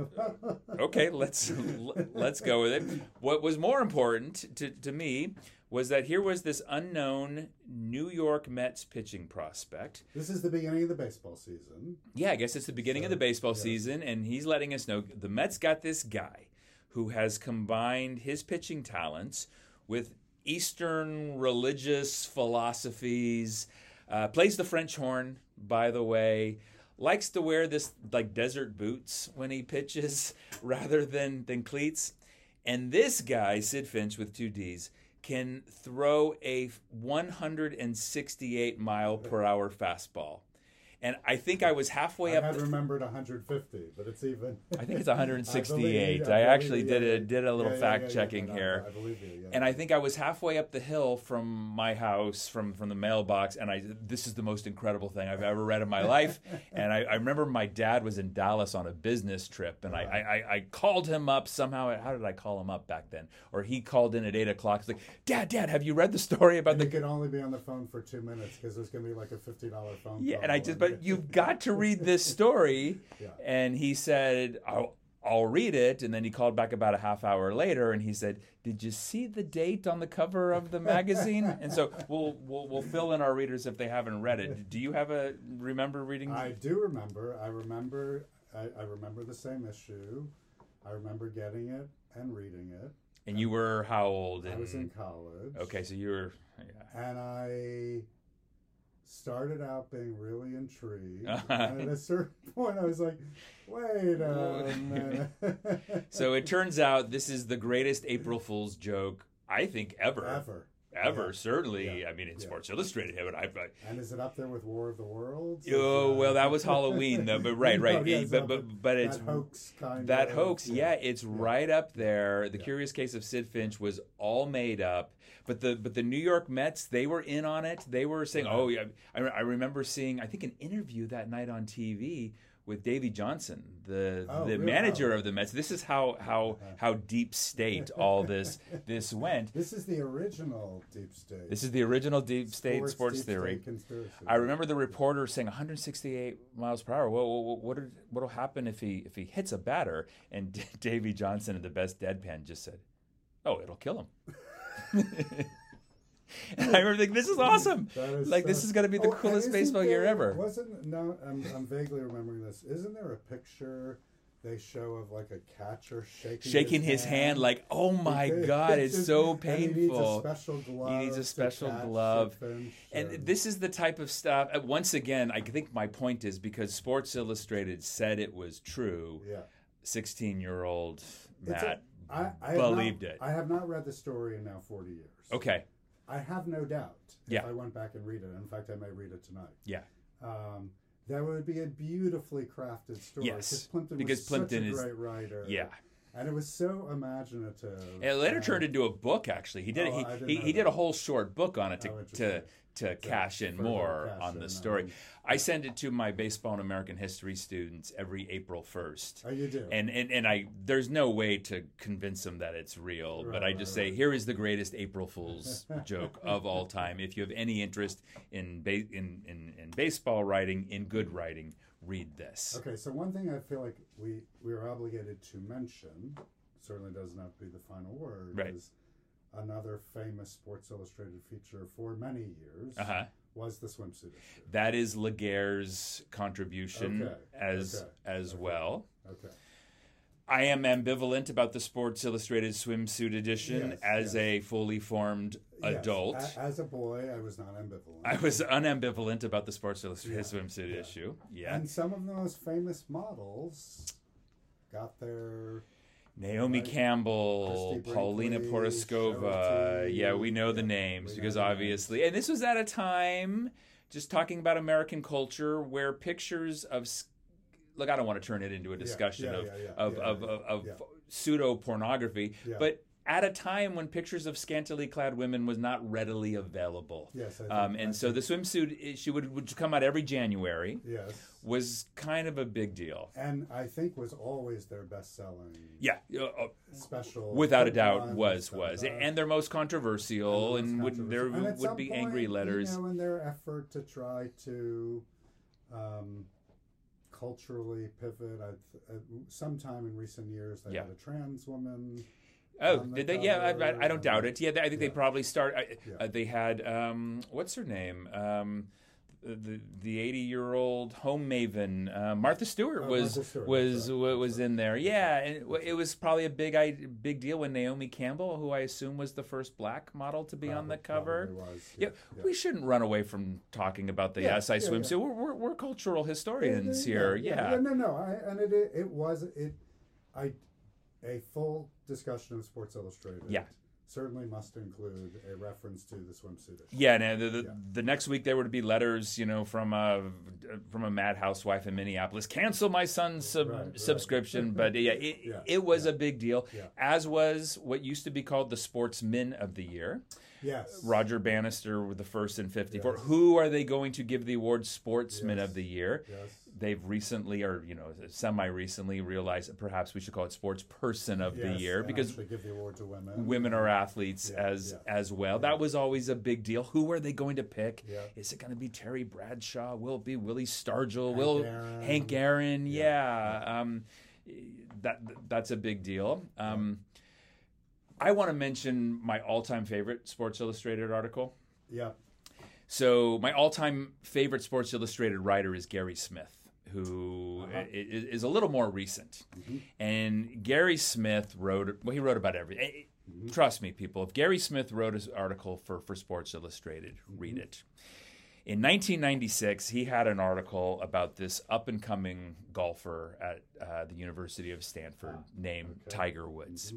Speaker 2: okay, let's l- let's go with it. What was more important to, to me was that here was this unknown New York Mets pitching prospect.
Speaker 1: This is the beginning of the baseball season.
Speaker 2: Yeah, I guess it's the beginning of the baseball season, and he's letting us know the Mets got this guy who has combined his pitching talents with Eastern religious philosophies. Uh, plays the French horn, by the way. Likes to wear this like desert boots when he pitches [laughs] rather than than cleats. And this guy, Sid Finch with two D's, can throw a 168 mile per hour fastball. And I think I was halfway
Speaker 1: I
Speaker 2: up.
Speaker 1: had
Speaker 2: the-
Speaker 1: remembered 150, but it's even.
Speaker 2: I think it's 168. I,
Speaker 1: believe- believe
Speaker 2: actually
Speaker 1: you.
Speaker 2: did a did a
Speaker 1: Yeah,
Speaker 2: little
Speaker 1: yeah, yeah,
Speaker 2: fact
Speaker 1: yeah,
Speaker 2: checking
Speaker 1: no, no,
Speaker 2: here.
Speaker 1: I believe you. Yeah.
Speaker 2: And I think I was halfway up the hill from my house, from from the mailbox, and I this is the most incredible thing I've ever read in
Speaker 1: [laughs]
Speaker 2: my life. and I, I remember my dad was in Dallas on a business trip, and I, I I- I called him up somehow. How did I call him up back then? Or he called in at eight o'clock. He's like, Dad, Dad, have you read the story about
Speaker 1: you
Speaker 2: the
Speaker 1: can only be on the phone for two minutes because there's going to be like a $50 phone call.
Speaker 2: yeah, and I just,
Speaker 1: Yeah.
Speaker 2: but you've got to
Speaker 1: [laughs]
Speaker 2: read this story.
Speaker 1: Oh, Yeah.
Speaker 2: And he said, I'll, I'll read it. And then he called back about a half hour later and he said, Did you see the date on the cover of the magazine? and
Speaker 1: [laughs]
Speaker 2: so we'll, we'll, we'll fill in our readers if they haven't read it. Do you have a, remember reading?
Speaker 1: I do remember. I remember. I, I remember the same issue. I remember getting it and reading it.
Speaker 2: and you were how old?
Speaker 1: I was in
Speaker 2: And-
Speaker 1: college.
Speaker 2: Mm. okay, so you were, yeah.
Speaker 1: And I started out being really
Speaker 2: [laughs]
Speaker 1: intrigued. and at a certain point, I was like, wait
Speaker 2: [laughs]
Speaker 1: a minute.
Speaker 2: So it turns out this is the greatest April Fool's joke I think ever, ever,
Speaker 1: Ever. Yeah.
Speaker 2: certainly.
Speaker 1: Yeah.
Speaker 2: I mean, in
Speaker 1: Yeah.
Speaker 2: Sports Illustrated, but I, I
Speaker 1: And is it up there with War of the Worlds?
Speaker 2: Oh
Speaker 1: Is, uh,
Speaker 2: well,
Speaker 1: [laughs]
Speaker 2: that was Halloween though. But right,
Speaker 1: No,
Speaker 2: right.
Speaker 1: yeah,
Speaker 2: it-
Speaker 1: it's
Speaker 2: but,
Speaker 1: not,
Speaker 2: but but it's
Speaker 1: that hoax kind
Speaker 2: that
Speaker 1: of-
Speaker 2: hoax. Yeah, it's right up there. The
Speaker 1: Yeah.
Speaker 2: Curious Case of Sid Finch was all made up. But the but the New York Mets they were in on it. They were saying,
Speaker 1: Right.
Speaker 2: oh yeah. I, I remember seeing I think an interview that night on TV with Davey Johnson, the
Speaker 1: Oh,
Speaker 2: the
Speaker 1: really?
Speaker 2: manager of the Mets. This is how how
Speaker 1: Uh-huh.
Speaker 2: how deep state all this
Speaker 1: [laughs]
Speaker 2: this went.
Speaker 1: This is the original deep state.
Speaker 2: This is the original deep state sports,
Speaker 1: deep state
Speaker 2: theory.
Speaker 1: conspiracy.
Speaker 2: I remember the reporter saying 168 miles per hour. Well, what what what'll happen if he if he hits a batter? And [laughs] D- Davey Johnson, in the best deadpan, just said, "Oh, it'll kill him." [laughs] and I remember thinking, "This is awesome!
Speaker 1: [laughs] That is
Speaker 2: like
Speaker 1: so-
Speaker 2: this is going to be the
Speaker 1: Oh, and
Speaker 2: coolest
Speaker 1: isn't
Speaker 2: baseball year
Speaker 1: there-
Speaker 2: ever."
Speaker 1: Wasn't no, I'm, I'm vaguely remembering this. Isn't there a picture they show of like a catcher shaking
Speaker 2: Shaking his hand, like,
Speaker 1: [laughs]
Speaker 2: "Oh my God, it's so
Speaker 1: And he needs a
Speaker 2: painful."
Speaker 1: special glove.
Speaker 2: needs a
Speaker 1: to
Speaker 2: special
Speaker 1: catch
Speaker 2: glove.
Speaker 1: the finch
Speaker 2: And this is the type of stuff. uh, Once again, I think my point is because Sports Illustrated said it was true.
Speaker 1: yeah,
Speaker 2: Sixteen-year-old
Speaker 1: It's a-
Speaker 2: Matt
Speaker 1: I, I have
Speaker 2: believed
Speaker 1: not-
Speaker 2: it.
Speaker 1: I have not read the story in now 40 years.
Speaker 2: Okay,
Speaker 1: I have no doubt. If
Speaker 2: Yeah.
Speaker 1: I went back and read it, in fact, I may read it tonight.
Speaker 2: Yeah.
Speaker 1: Um, that would be a beautifully crafted story.
Speaker 2: Yes,
Speaker 1: Plimpton
Speaker 2: because
Speaker 1: was
Speaker 2: Plimpton
Speaker 1: such a
Speaker 2: is-
Speaker 1: great writer.
Speaker 2: yeah.
Speaker 1: and it was so imaginative.
Speaker 2: It later
Speaker 1: and-
Speaker 2: turned into a book. Actually, he did.
Speaker 1: Oh,
Speaker 2: he
Speaker 1: I didn't
Speaker 2: he,
Speaker 1: know
Speaker 2: he did
Speaker 1: that.
Speaker 2: a whole short book on it
Speaker 1: Oh,
Speaker 2: to
Speaker 1: interesting.
Speaker 2: to, to cash in
Speaker 1: further
Speaker 2: more
Speaker 1: cash
Speaker 2: on
Speaker 1: in
Speaker 2: the
Speaker 1: on
Speaker 2: story.
Speaker 1: it.
Speaker 2: I send it to my baseball and American history students every April first.
Speaker 1: Oh, you do.
Speaker 2: And, and and I there's no way to convince them that it's real, but
Speaker 1: Right,
Speaker 2: I
Speaker 1: right,
Speaker 2: just say
Speaker 1: right.
Speaker 2: here is the greatest April
Speaker 1: [laughs]
Speaker 2: Fool's joke of all time. If you have any interest in ba- in, in in baseball writing, in good writing, read this.
Speaker 1: okay, so one thing I feel like we we are obligated to mention certainly doesn't have to be the final word.
Speaker 2: Right.
Speaker 1: Is another famous Sports Illustrated feature for many years
Speaker 2: Uh huh.
Speaker 1: was the swimsuit issue.
Speaker 2: That is Laguerre's contribution
Speaker 1: Okay,
Speaker 2: as
Speaker 1: okay,
Speaker 2: as
Speaker 1: okay.
Speaker 2: well.
Speaker 1: Okay.
Speaker 2: I am ambivalent about the Sports Illustrated swimsuit edition
Speaker 1: Yes,
Speaker 2: as
Speaker 1: yes.
Speaker 2: a fully formed
Speaker 1: Yes,
Speaker 2: adult.
Speaker 1: a- as a boy, I was not ambivalent.
Speaker 2: I was uh, unambivalent about the Sports Illustrated
Speaker 1: Yeah,
Speaker 2: swimsuit
Speaker 1: yeah.
Speaker 2: issue. Yeah.
Speaker 1: And some of the most famous models got their
Speaker 2: Naomi
Speaker 1: Right.
Speaker 2: Campbell,
Speaker 1: Christie
Speaker 2: Paulina
Speaker 1: Brinkley,
Speaker 2: Poroskova.
Speaker 1: Shorty.
Speaker 2: Yeah, we know the
Speaker 1: Yeah,
Speaker 2: names
Speaker 1: we
Speaker 2: because
Speaker 1: know the names.
Speaker 2: obviously, and this was at a time just talking about American culture where pictures of s- look, I don't want to turn it into a
Speaker 1: Yeah,
Speaker 2: discussion
Speaker 1: yeah,
Speaker 2: of
Speaker 1: yeah, yeah,
Speaker 2: of
Speaker 1: yeah,
Speaker 2: of,
Speaker 1: yeah,
Speaker 2: of, of
Speaker 1: yeah.
Speaker 2: pseudo pornography,
Speaker 1: Yeah.
Speaker 2: but at a time when pictures of scantily clad women was not readily available.
Speaker 1: yes. I think,
Speaker 2: Um,
Speaker 1: I
Speaker 2: and so the swimsuit issue would, would come out every January
Speaker 1: think- yes,
Speaker 2: was kind of a big deal.
Speaker 1: and I think was always their best-selling
Speaker 2: Yeah, uh, uh,
Speaker 1: special,
Speaker 2: without a
Speaker 1: print
Speaker 2: doubt
Speaker 1: line,
Speaker 2: was
Speaker 1: stuff Uh,
Speaker 2: was
Speaker 1: like that.
Speaker 2: and their most
Speaker 1: And
Speaker 2: controversial and,
Speaker 1: that's
Speaker 2: would there
Speaker 1: controversial. And at
Speaker 2: would
Speaker 1: some
Speaker 2: be
Speaker 1: point,
Speaker 2: angry
Speaker 1: you
Speaker 2: letters
Speaker 1: know, in their effort to try to um, culturally pivot. I, th- uh, sometime in recent years, they
Speaker 2: Yeah.
Speaker 1: had a trans woman.
Speaker 2: oh
Speaker 1: on the
Speaker 2: did they yeah I,
Speaker 1: cover,
Speaker 2: I, I don't doubt
Speaker 1: um,
Speaker 2: it yeah they, i think they
Speaker 1: yeah.
Speaker 2: probably start I,
Speaker 1: Yeah.
Speaker 2: uh, they had um, what's her name um, the the 80 year old home maven uh, martha stewart
Speaker 1: Oh,
Speaker 2: was
Speaker 1: Martha Stewart,
Speaker 2: was
Speaker 1: that's right,
Speaker 2: wa-
Speaker 1: that's
Speaker 2: was
Speaker 1: right.
Speaker 2: in there yeah and it, wa- it was probably a big i big deal when naomi campbell who i assume was the first black model to be on the
Speaker 1: probably-
Speaker 2: cover
Speaker 1: probably was,
Speaker 2: Yeah, we shouldn't run away from talking about the
Speaker 1: Yeah,
Speaker 2: SI
Speaker 1: yeah, yeah.
Speaker 2: swimsuit. We're, we're, we're cultural
Speaker 1: Yeah,
Speaker 2: historians
Speaker 1: yeah,
Speaker 2: here.
Speaker 1: yeah, yeah, No, no, I, and it it was it, I, a full discussion of Sports Illustrated.
Speaker 2: Yeah.
Speaker 1: certainly must include a reference to the swimsuit issue.
Speaker 2: Yeah, and the, the,
Speaker 1: Yeah.
Speaker 2: the next week there would be letters, you know, from a from a mad housewife in Minneapolis. Cancel my son's sub-
Speaker 1: Right, right. [laughs]
Speaker 2: subscription, but yeah, it,
Speaker 1: Yeah,
Speaker 2: it was a big deal.
Speaker 1: Yeah.
Speaker 2: As was what used to be called the Sportsmen of the Year.
Speaker 1: Yes,
Speaker 2: Roger Bannister with the first in '54.
Speaker 1: Yes.
Speaker 2: Who are they going to give the award Sportsman
Speaker 1: Yes.
Speaker 2: of the Year?
Speaker 1: Yes,
Speaker 2: They've recently, or you know, semi-recently, realized that perhaps we should call it Sports Person of the
Speaker 1: yes,
Speaker 2: Year
Speaker 1: and
Speaker 2: because
Speaker 1: actually give the award to women.
Speaker 2: women are athletes
Speaker 1: Mm-hmm. Yeah,
Speaker 2: as
Speaker 1: yeah.
Speaker 2: as well. That was always a big deal. Who are they going to pick?
Speaker 1: Yeah.
Speaker 2: Is it going to be Terry Bradshaw? Will it be Willie Stargell? will
Speaker 1: Aaron.
Speaker 2: Hank Aaron? Yeah. Um, that that's a big deal. Um, I want to mention my all-time favorite Sports Illustrated article.
Speaker 1: Yeah,
Speaker 2: So my all-time favorite Sports Illustrated writer is Gary Smith, who i
Speaker 1: Uh-huh.
Speaker 2: i- is, a little more recent. And Gary Smith wrote well, he wrote about everything. Trust me, people. If Gary Smith wrote an article for for Sports Illustrated, read it. In 1996, he had an article about this up and coming golfer at uh, the University of Stanford named Tiger Woods.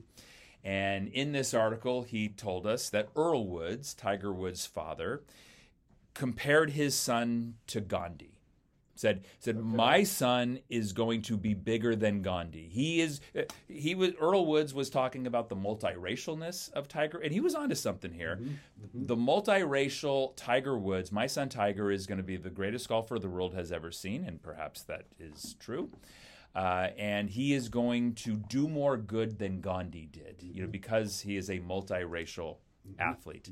Speaker 2: And in this article, he told us that Earl Woods, Tiger Woods' father, compared his son to Gandhi. Said said my son is going to be bigger than Gandhi. He is uh, he was Earl Woods was talking about the multiracialness of Tiger, and he was onto something here. The multiracial Tiger Woods, my son Tiger is going to be the greatest golfer the world has ever seen, and perhaps that is true uh, and he is going to do more good than Gandhi did, you know, because he is a multiracial athlete.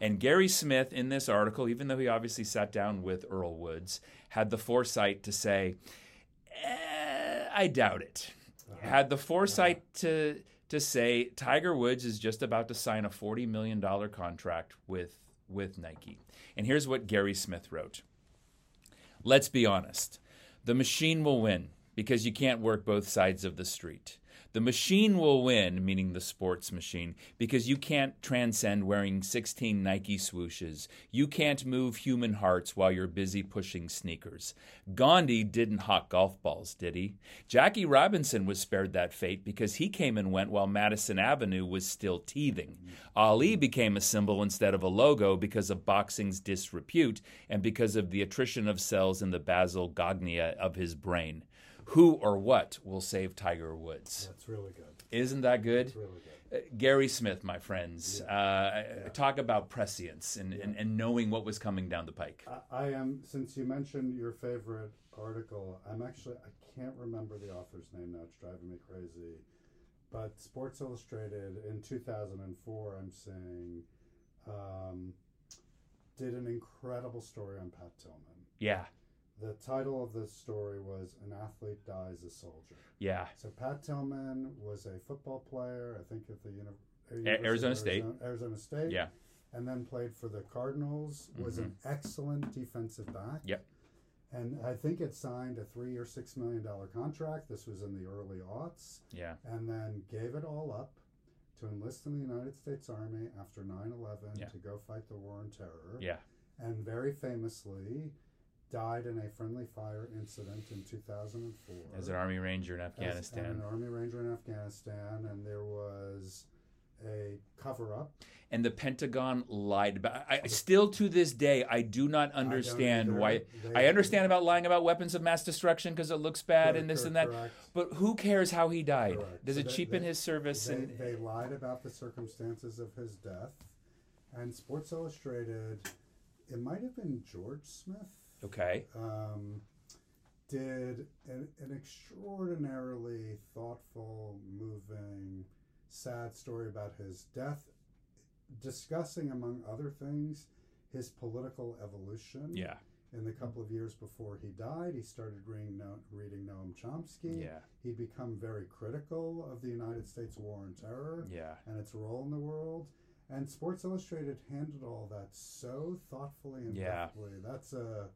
Speaker 2: And Gary Smith, in this article, even though he obviously sat down with Earl Woods, had the foresight to say, eh, "I doubt it." Had the foresight to to say Tiger Woods is just about to sign a forty million dollar contract with with Nike. And here's what Gary Smith wrote. Let's be honest. The machine will win because you can't work both sides of the street. The machine will win, meaning the sports machine, because you can't transcend wearing 16 Nike swooshes. You can't move human hearts while you're busy pushing sneakers. Gandhi didn't hawk golf balls, did he? Jackie Robinson was spared that fate because he came and went while Madison Avenue was still teething. Ali became a symbol instead of a logo because of boxing's disrepute and because of the attrition of cells in the basal ganglia of his brain who or what will save Tiger Woods?
Speaker 1: That's really good.
Speaker 2: Isn't that good?
Speaker 1: It's really good.
Speaker 2: Uh, Gary Smith, my friends, uh, talk about prescience and, and, and knowing what was coming down the pike.
Speaker 1: I, I am since you mentioned your favorite article. I'm actually I can't remember the author's name now. It's driving me crazy. But Sports Illustrated in 2004, I'm saying, um, did an incredible story on Pat Tillman.
Speaker 2: Yeah,
Speaker 1: The title of this story was "An Athlete Dies a Soldier."
Speaker 2: yeah,
Speaker 1: So Pat Tillman was a football player, I think at the uni-
Speaker 2: Arizona
Speaker 1: University of
Speaker 2: State.
Speaker 1: Arizona, Arizona State.
Speaker 2: yeah, Mm-hmm.
Speaker 1: and then played for the Cardinals. Was an excellent defensive back.
Speaker 2: Yep.
Speaker 1: And I think it signed a three or six million dollar contract. This was in the early aughts,
Speaker 2: yeah,
Speaker 1: and then gave it all up to enlist in the United States Army after 9-11
Speaker 2: Yeah.
Speaker 1: to go fight the war on terror.
Speaker 2: yeah,
Speaker 1: And very famously died in a friendly fire incident in 2004
Speaker 2: as an Army Ranger in
Speaker 1: as- and
Speaker 2: Afghanistan.
Speaker 1: an army ranger in Afghanistan, and there was a cover up.
Speaker 2: And the Pentagon lied about I, I- still to this day, I do not understand why. I understand about lying about weapons of mass destruction because it looks bad and this and that. But who cares how he died?
Speaker 1: Correct.
Speaker 2: Does
Speaker 1: So
Speaker 2: it
Speaker 1: they-
Speaker 2: cheapen
Speaker 1: they-
Speaker 2: his service?
Speaker 1: They,
Speaker 2: and
Speaker 1: they lied about the circumstances of his death, and Sports Illustrated, it might have been George Smith.
Speaker 2: okay,
Speaker 1: um, did an, an extraordinarily thoughtful, moving, sad story about his death, discussing, among other things, his political evolution.
Speaker 2: yeah,
Speaker 1: In the couple of years before he died, he started reading, no- reading Noam Chomsky.
Speaker 2: yeah,
Speaker 1: He'd become very critical of the United States war on terror
Speaker 2: yeah.
Speaker 1: and its role in the world. And Sports Illustrated handled all that so thoughtfully and
Speaker 2: Yeah.
Speaker 1: thoughtfully. That's a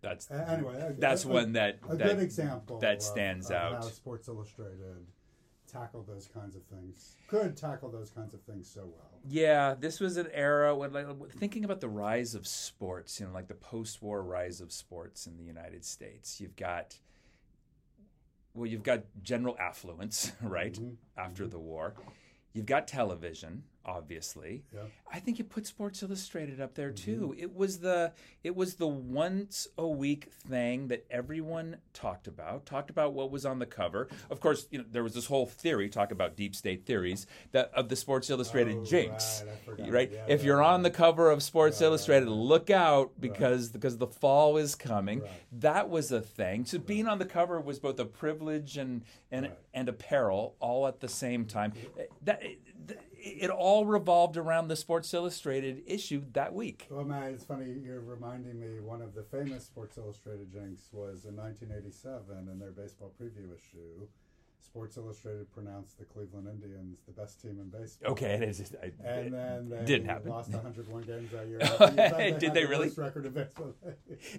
Speaker 2: That's
Speaker 1: a- anyway, a-
Speaker 2: that's
Speaker 1: a-
Speaker 2: one that
Speaker 1: a
Speaker 2: that
Speaker 1: good example
Speaker 2: that
Speaker 1: of-
Speaker 2: stands
Speaker 1: of
Speaker 2: out.
Speaker 1: How Sports Illustrated tackled those kinds of things. Could tackle those kinds of things so well.
Speaker 2: Yeah, this was an era when, like, thinking about the rise of sports, you know, like the post-war rise of sports in the United States. You've got, well, you've got general affluence, [laughs] right,
Speaker 1: Mhm.
Speaker 2: after the war. You've got television, obviously.
Speaker 1: Yeah. Mm-hmm.
Speaker 2: I think you put Sports Illustrated up there too. It was the it was the once a week thing that everyone talked about. Talked about what was on the cover. Of course, you know there was this whole theory talk about deep state theories that of the Sports Illustrated
Speaker 1: Oh,
Speaker 2: jinx.
Speaker 1: right, I forgot.
Speaker 2: Right?
Speaker 1: Yeah,
Speaker 2: if
Speaker 1: yeah,
Speaker 2: you're on the
Speaker 1: right.
Speaker 2: cover of Sports
Speaker 1: Right, right,
Speaker 2: Illustrated,
Speaker 1: right.
Speaker 2: look out because because the fall is coming.
Speaker 1: Right.
Speaker 2: That was a thing. So being on the cover was both a privilege and and
Speaker 1: Right.
Speaker 2: and apparel all at the same time. Eh, That it, it all revolved around the Sports Illustrated issue that week.
Speaker 1: Well, Matt, it's funny. You're reminding me. One of the famous Sports Illustrated jinx was in 1987 in their baseball preview issue. Sports Illustrated pronounced the Cleveland Indians the best team in baseball.
Speaker 2: Okay, it is. I, eh,
Speaker 1: And then they
Speaker 2: Oh, Didn't happen.
Speaker 1: lost 101 games that year.
Speaker 2: [laughs] Did
Speaker 1: had
Speaker 2: they
Speaker 1: the
Speaker 2: really?
Speaker 1: worst Record of baseball.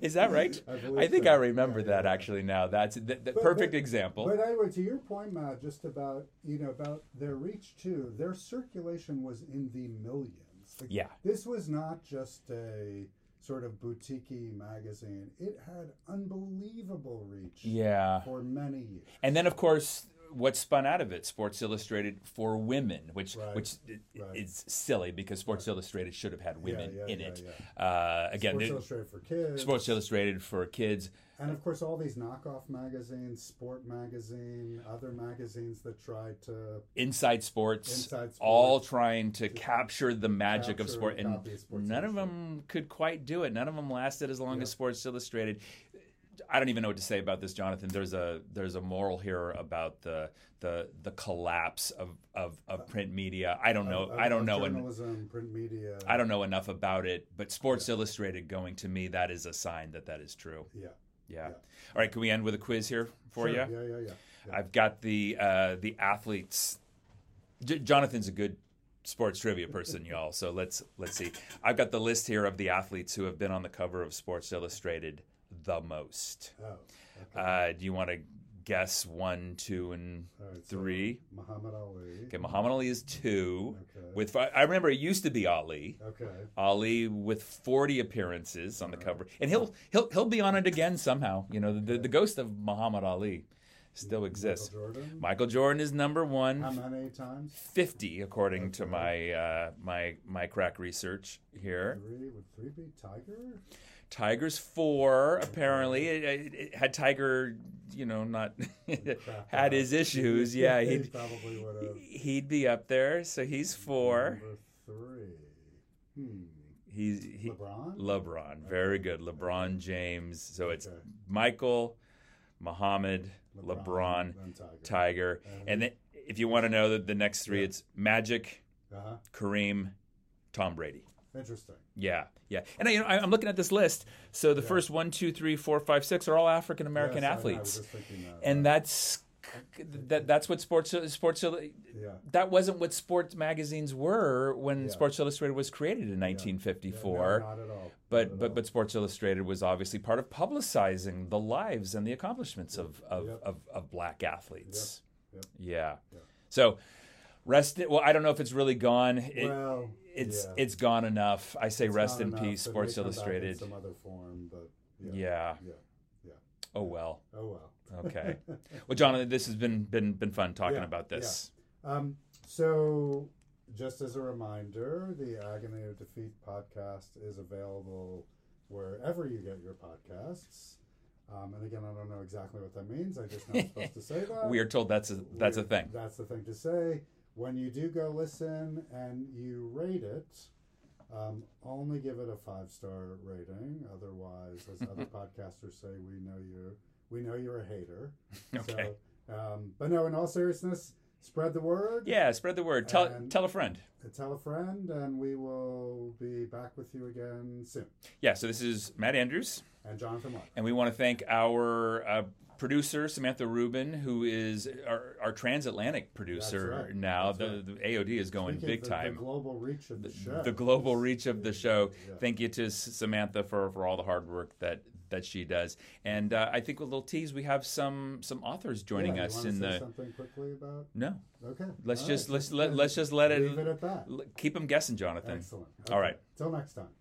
Speaker 2: is that right?
Speaker 1: I believe
Speaker 2: I, think
Speaker 1: so.
Speaker 2: I remember
Speaker 1: Yeah,
Speaker 2: that
Speaker 1: yeah.
Speaker 2: actually. Now that's the, the
Speaker 1: But-
Speaker 2: perfect
Speaker 1: but-
Speaker 2: example.
Speaker 1: But anyway, to your point, Matt, just about you know about their reach too. Their circulation was in the millions. Like,
Speaker 2: Yeah.
Speaker 1: this was not just a sort of boutique magazine. It had unbelievable reach
Speaker 2: yeah.
Speaker 1: for many years.
Speaker 2: And then, of course, what spun out of it, Sports Illustrated for women, which
Speaker 1: Right.
Speaker 2: which i-
Speaker 1: Right.
Speaker 2: is silly because Sports Illustrated should have had women
Speaker 1: yeah,
Speaker 2: in
Speaker 1: yeah,
Speaker 2: it.
Speaker 1: yeah.
Speaker 2: Uh, again,
Speaker 1: Sports
Speaker 2: the-
Speaker 1: Illustrated for kids.
Speaker 2: Sports Illustrated for kids.
Speaker 1: And of course, all these knockoff magazines, Sport Magazine, other magazines that tried to
Speaker 2: Inside sports,
Speaker 1: Inside
Speaker 2: all
Speaker 1: Sports.
Speaker 2: trying to capture the magic of
Speaker 1: Capture
Speaker 2: sport,
Speaker 1: and
Speaker 2: and
Speaker 1: copy Sports
Speaker 2: none of them could quite do it. None of them lasted as long as Sports Illustrated. I don't even know what to say about this, Jonathan. There's a there's a moral here about the the the collapse of of,
Speaker 1: Uh,
Speaker 2: of print media. I don't know.
Speaker 1: of-
Speaker 2: Oh, I don't
Speaker 1: of
Speaker 2: know. en-
Speaker 1: journalism, print media.
Speaker 2: I don't know enough about it, but Sports Illustrated going to me that is a sign that that is true.
Speaker 1: yeah.
Speaker 2: Yeah. All right. Can we end with a quiz here for
Speaker 1: Sure,
Speaker 2: you?
Speaker 1: Yeah, yeah, yeah. yeah.
Speaker 2: I've got the uh, the athletes. J- Jonathan's a good sports
Speaker 1: [laughs]
Speaker 2: trivia person, y'all. So let's let's see. I've got the list here of the athletes who have been on the cover of Sports Illustrated the most.
Speaker 1: Oh,
Speaker 2: Uh, do you want to guess one, two, and
Speaker 1: all right, so
Speaker 2: three?
Speaker 1: Muhammad Ali.
Speaker 2: Okay, Muhammad Ali is two.
Speaker 1: Okay.
Speaker 2: With fi- I remember it used to be Ali.
Speaker 1: Okay.
Speaker 2: Ali with 40 appearances on the cover, and he'll he'll he'll be on it again somehow. You know, the, the ghost of Muhammad Ali still exists.
Speaker 1: Michael Jordan.
Speaker 2: Michael Jordan is number
Speaker 1: How
Speaker 2: one,
Speaker 1: many times?
Speaker 2: 50 according to my uh, my my crack research here.
Speaker 1: Three. Would three be Tiger?
Speaker 2: Tiger's four apparently. It, it, it had Tiger, you know, not [laughs] had his
Speaker 1: [laughs]
Speaker 2: issues. Yeah,
Speaker 1: he
Speaker 2: he'd
Speaker 1: probably would have.
Speaker 2: he'd be up there. So he's four.
Speaker 1: Number three. Hmm.
Speaker 2: He's he,
Speaker 1: LeBron.
Speaker 2: LeBron. Very good. LeBron James. So it's
Speaker 1: Okay.
Speaker 2: Michael, Muhammad, LeBron,
Speaker 1: Then Tiger.
Speaker 2: Tiger. And then if you want to know the, the next three, it's Magic,
Speaker 1: Uh-huh.
Speaker 2: Kareem, Tom Brady.
Speaker 1: Interesting.
Speaker 2: Yeah, yeah. And I, you know, I, I'm looking at this list. So the first one, two, three, four, five, six are all African American
Speaker 1: Yes, I- I was
Speaker 2: athletes.
Speaker 1: just thinking that.
Speaker 2: and that's that, that's what sports sports
Speaker 1: Yeah.
Speaker 2: that wasn't what sports magazines were when
Speaker 1: Yeah.
Speaker 2: Sports Illustrated was created in
Speaker 1: Yeah,
Speaker 2: 1954
Speaker 1: No, not at all. Not
Speaker 2: but
Speaker 1: at
Speaker 2: but
Speaker 1: all.
Speaker 2: but Sports Illustrated was obviously part of publicizing the lives and the accomplishments of of,
Speaker 1: Yep.
Speaker 2: of, of black athletes.
Speaker 1: Yep.
Speaker 2: Yeah. So rest. In, well, I don't know if it's really gone. It,
Speaker 1: well,
Speaker 2: it's
Speaker 1: yeah.
Speaker 2: it's gone enough. I say
Speaker 1: Not
Speaker 2: rest in
Speaker 1: enough,
Speaker 2: peace,
Speaker 1: but it may
Speaker 2: Sports
Speaker 1: come back in
Speaker 2: Illustrated.
Speaker 1: some other form, but yeah.
Speaker 2: yeah.
Speaker 1: Yeah.
Speaker 2: Oh well.
Speaker 1: Oh well.
Speaker 2: Okay.
Speaker 1: [laughs]
Speaker 2: well, Jonathan, this has been been been fun talking
Speaker 1: Yeah,
Speaker 2: about this.
Speaker 1: Um, so, just as a reminder, the Agony of Defeat podcast is available wherever you get your podcasts. Um, and again, I don't know exactly what that means. I just know I'm supposed to
Speaker 2: [laughs]
Speaker 1: say that.
Speaker 2: We are told that's a that's a
Speaker 1: We're-
Speaker 2: thing.
Speaker 1: That's the thing to say. When you do go listen and you rate it, um, only give it a five star rating. Otherwise, as
Speaker 2: [laughs]
Speaker 1: other podcasters say, we know you're we know you're a hater.
Speaker 2: Okay.
Speaker 1: So, um, but no, in all seriousness, spread the word.
Speaker 2: Yeah. Spread the word. Tell
Speaker 1: And-
Speaker 2: tell a friend.
Speaker 1: and Uh, Tell a friend, and we will be back with you again soon.
Speaker 2: Yeah. So this is Matt Andrews.
Speaker 1: And Jonathan Locke.
Speaker 2: And we want to thank our uh, producer, Samantha Rubin, who is our, our transatlantic producer
Speaker 1: That's right.
Speaker 2: now.
Speaker 1: That's
Speaker 2: the, the AOD is going
Speaker 1: Speaking
Speaker 2: big
Speaker 1: of the,
Speaker 2: time.
Speaker 1: The global reach of the, show.
Speaker 2: The global reach of the show.
Speaker 1: Yeah.
Speaker 2: Thank you to S- Samantha for, for all the hard work that, that she does. And uh, I think with a little tease, we have some some authors joining
Speaker 1: yeah, you
Speaker 2: us
Speaker 1: wanna
Speaker 2: in
Speaker 1: say
Speaker 2: the
Speaker 1: something quickly about
Speaker 2: no.
Speaker 1: Okay.
Speaker 2: Let's
Speaker 1: All
Speaker 2: just
Speaker 1: right.
Speaker 2: let's let, let's just let
Speaker 1: leave
Speaker 2: it
Speaker 1: it at that.
Speaker 2: l- keep them guessing, Jonathan.
Speaker 1: Excellent.
Speaker 2: All right.
Speaker 1: Till next time.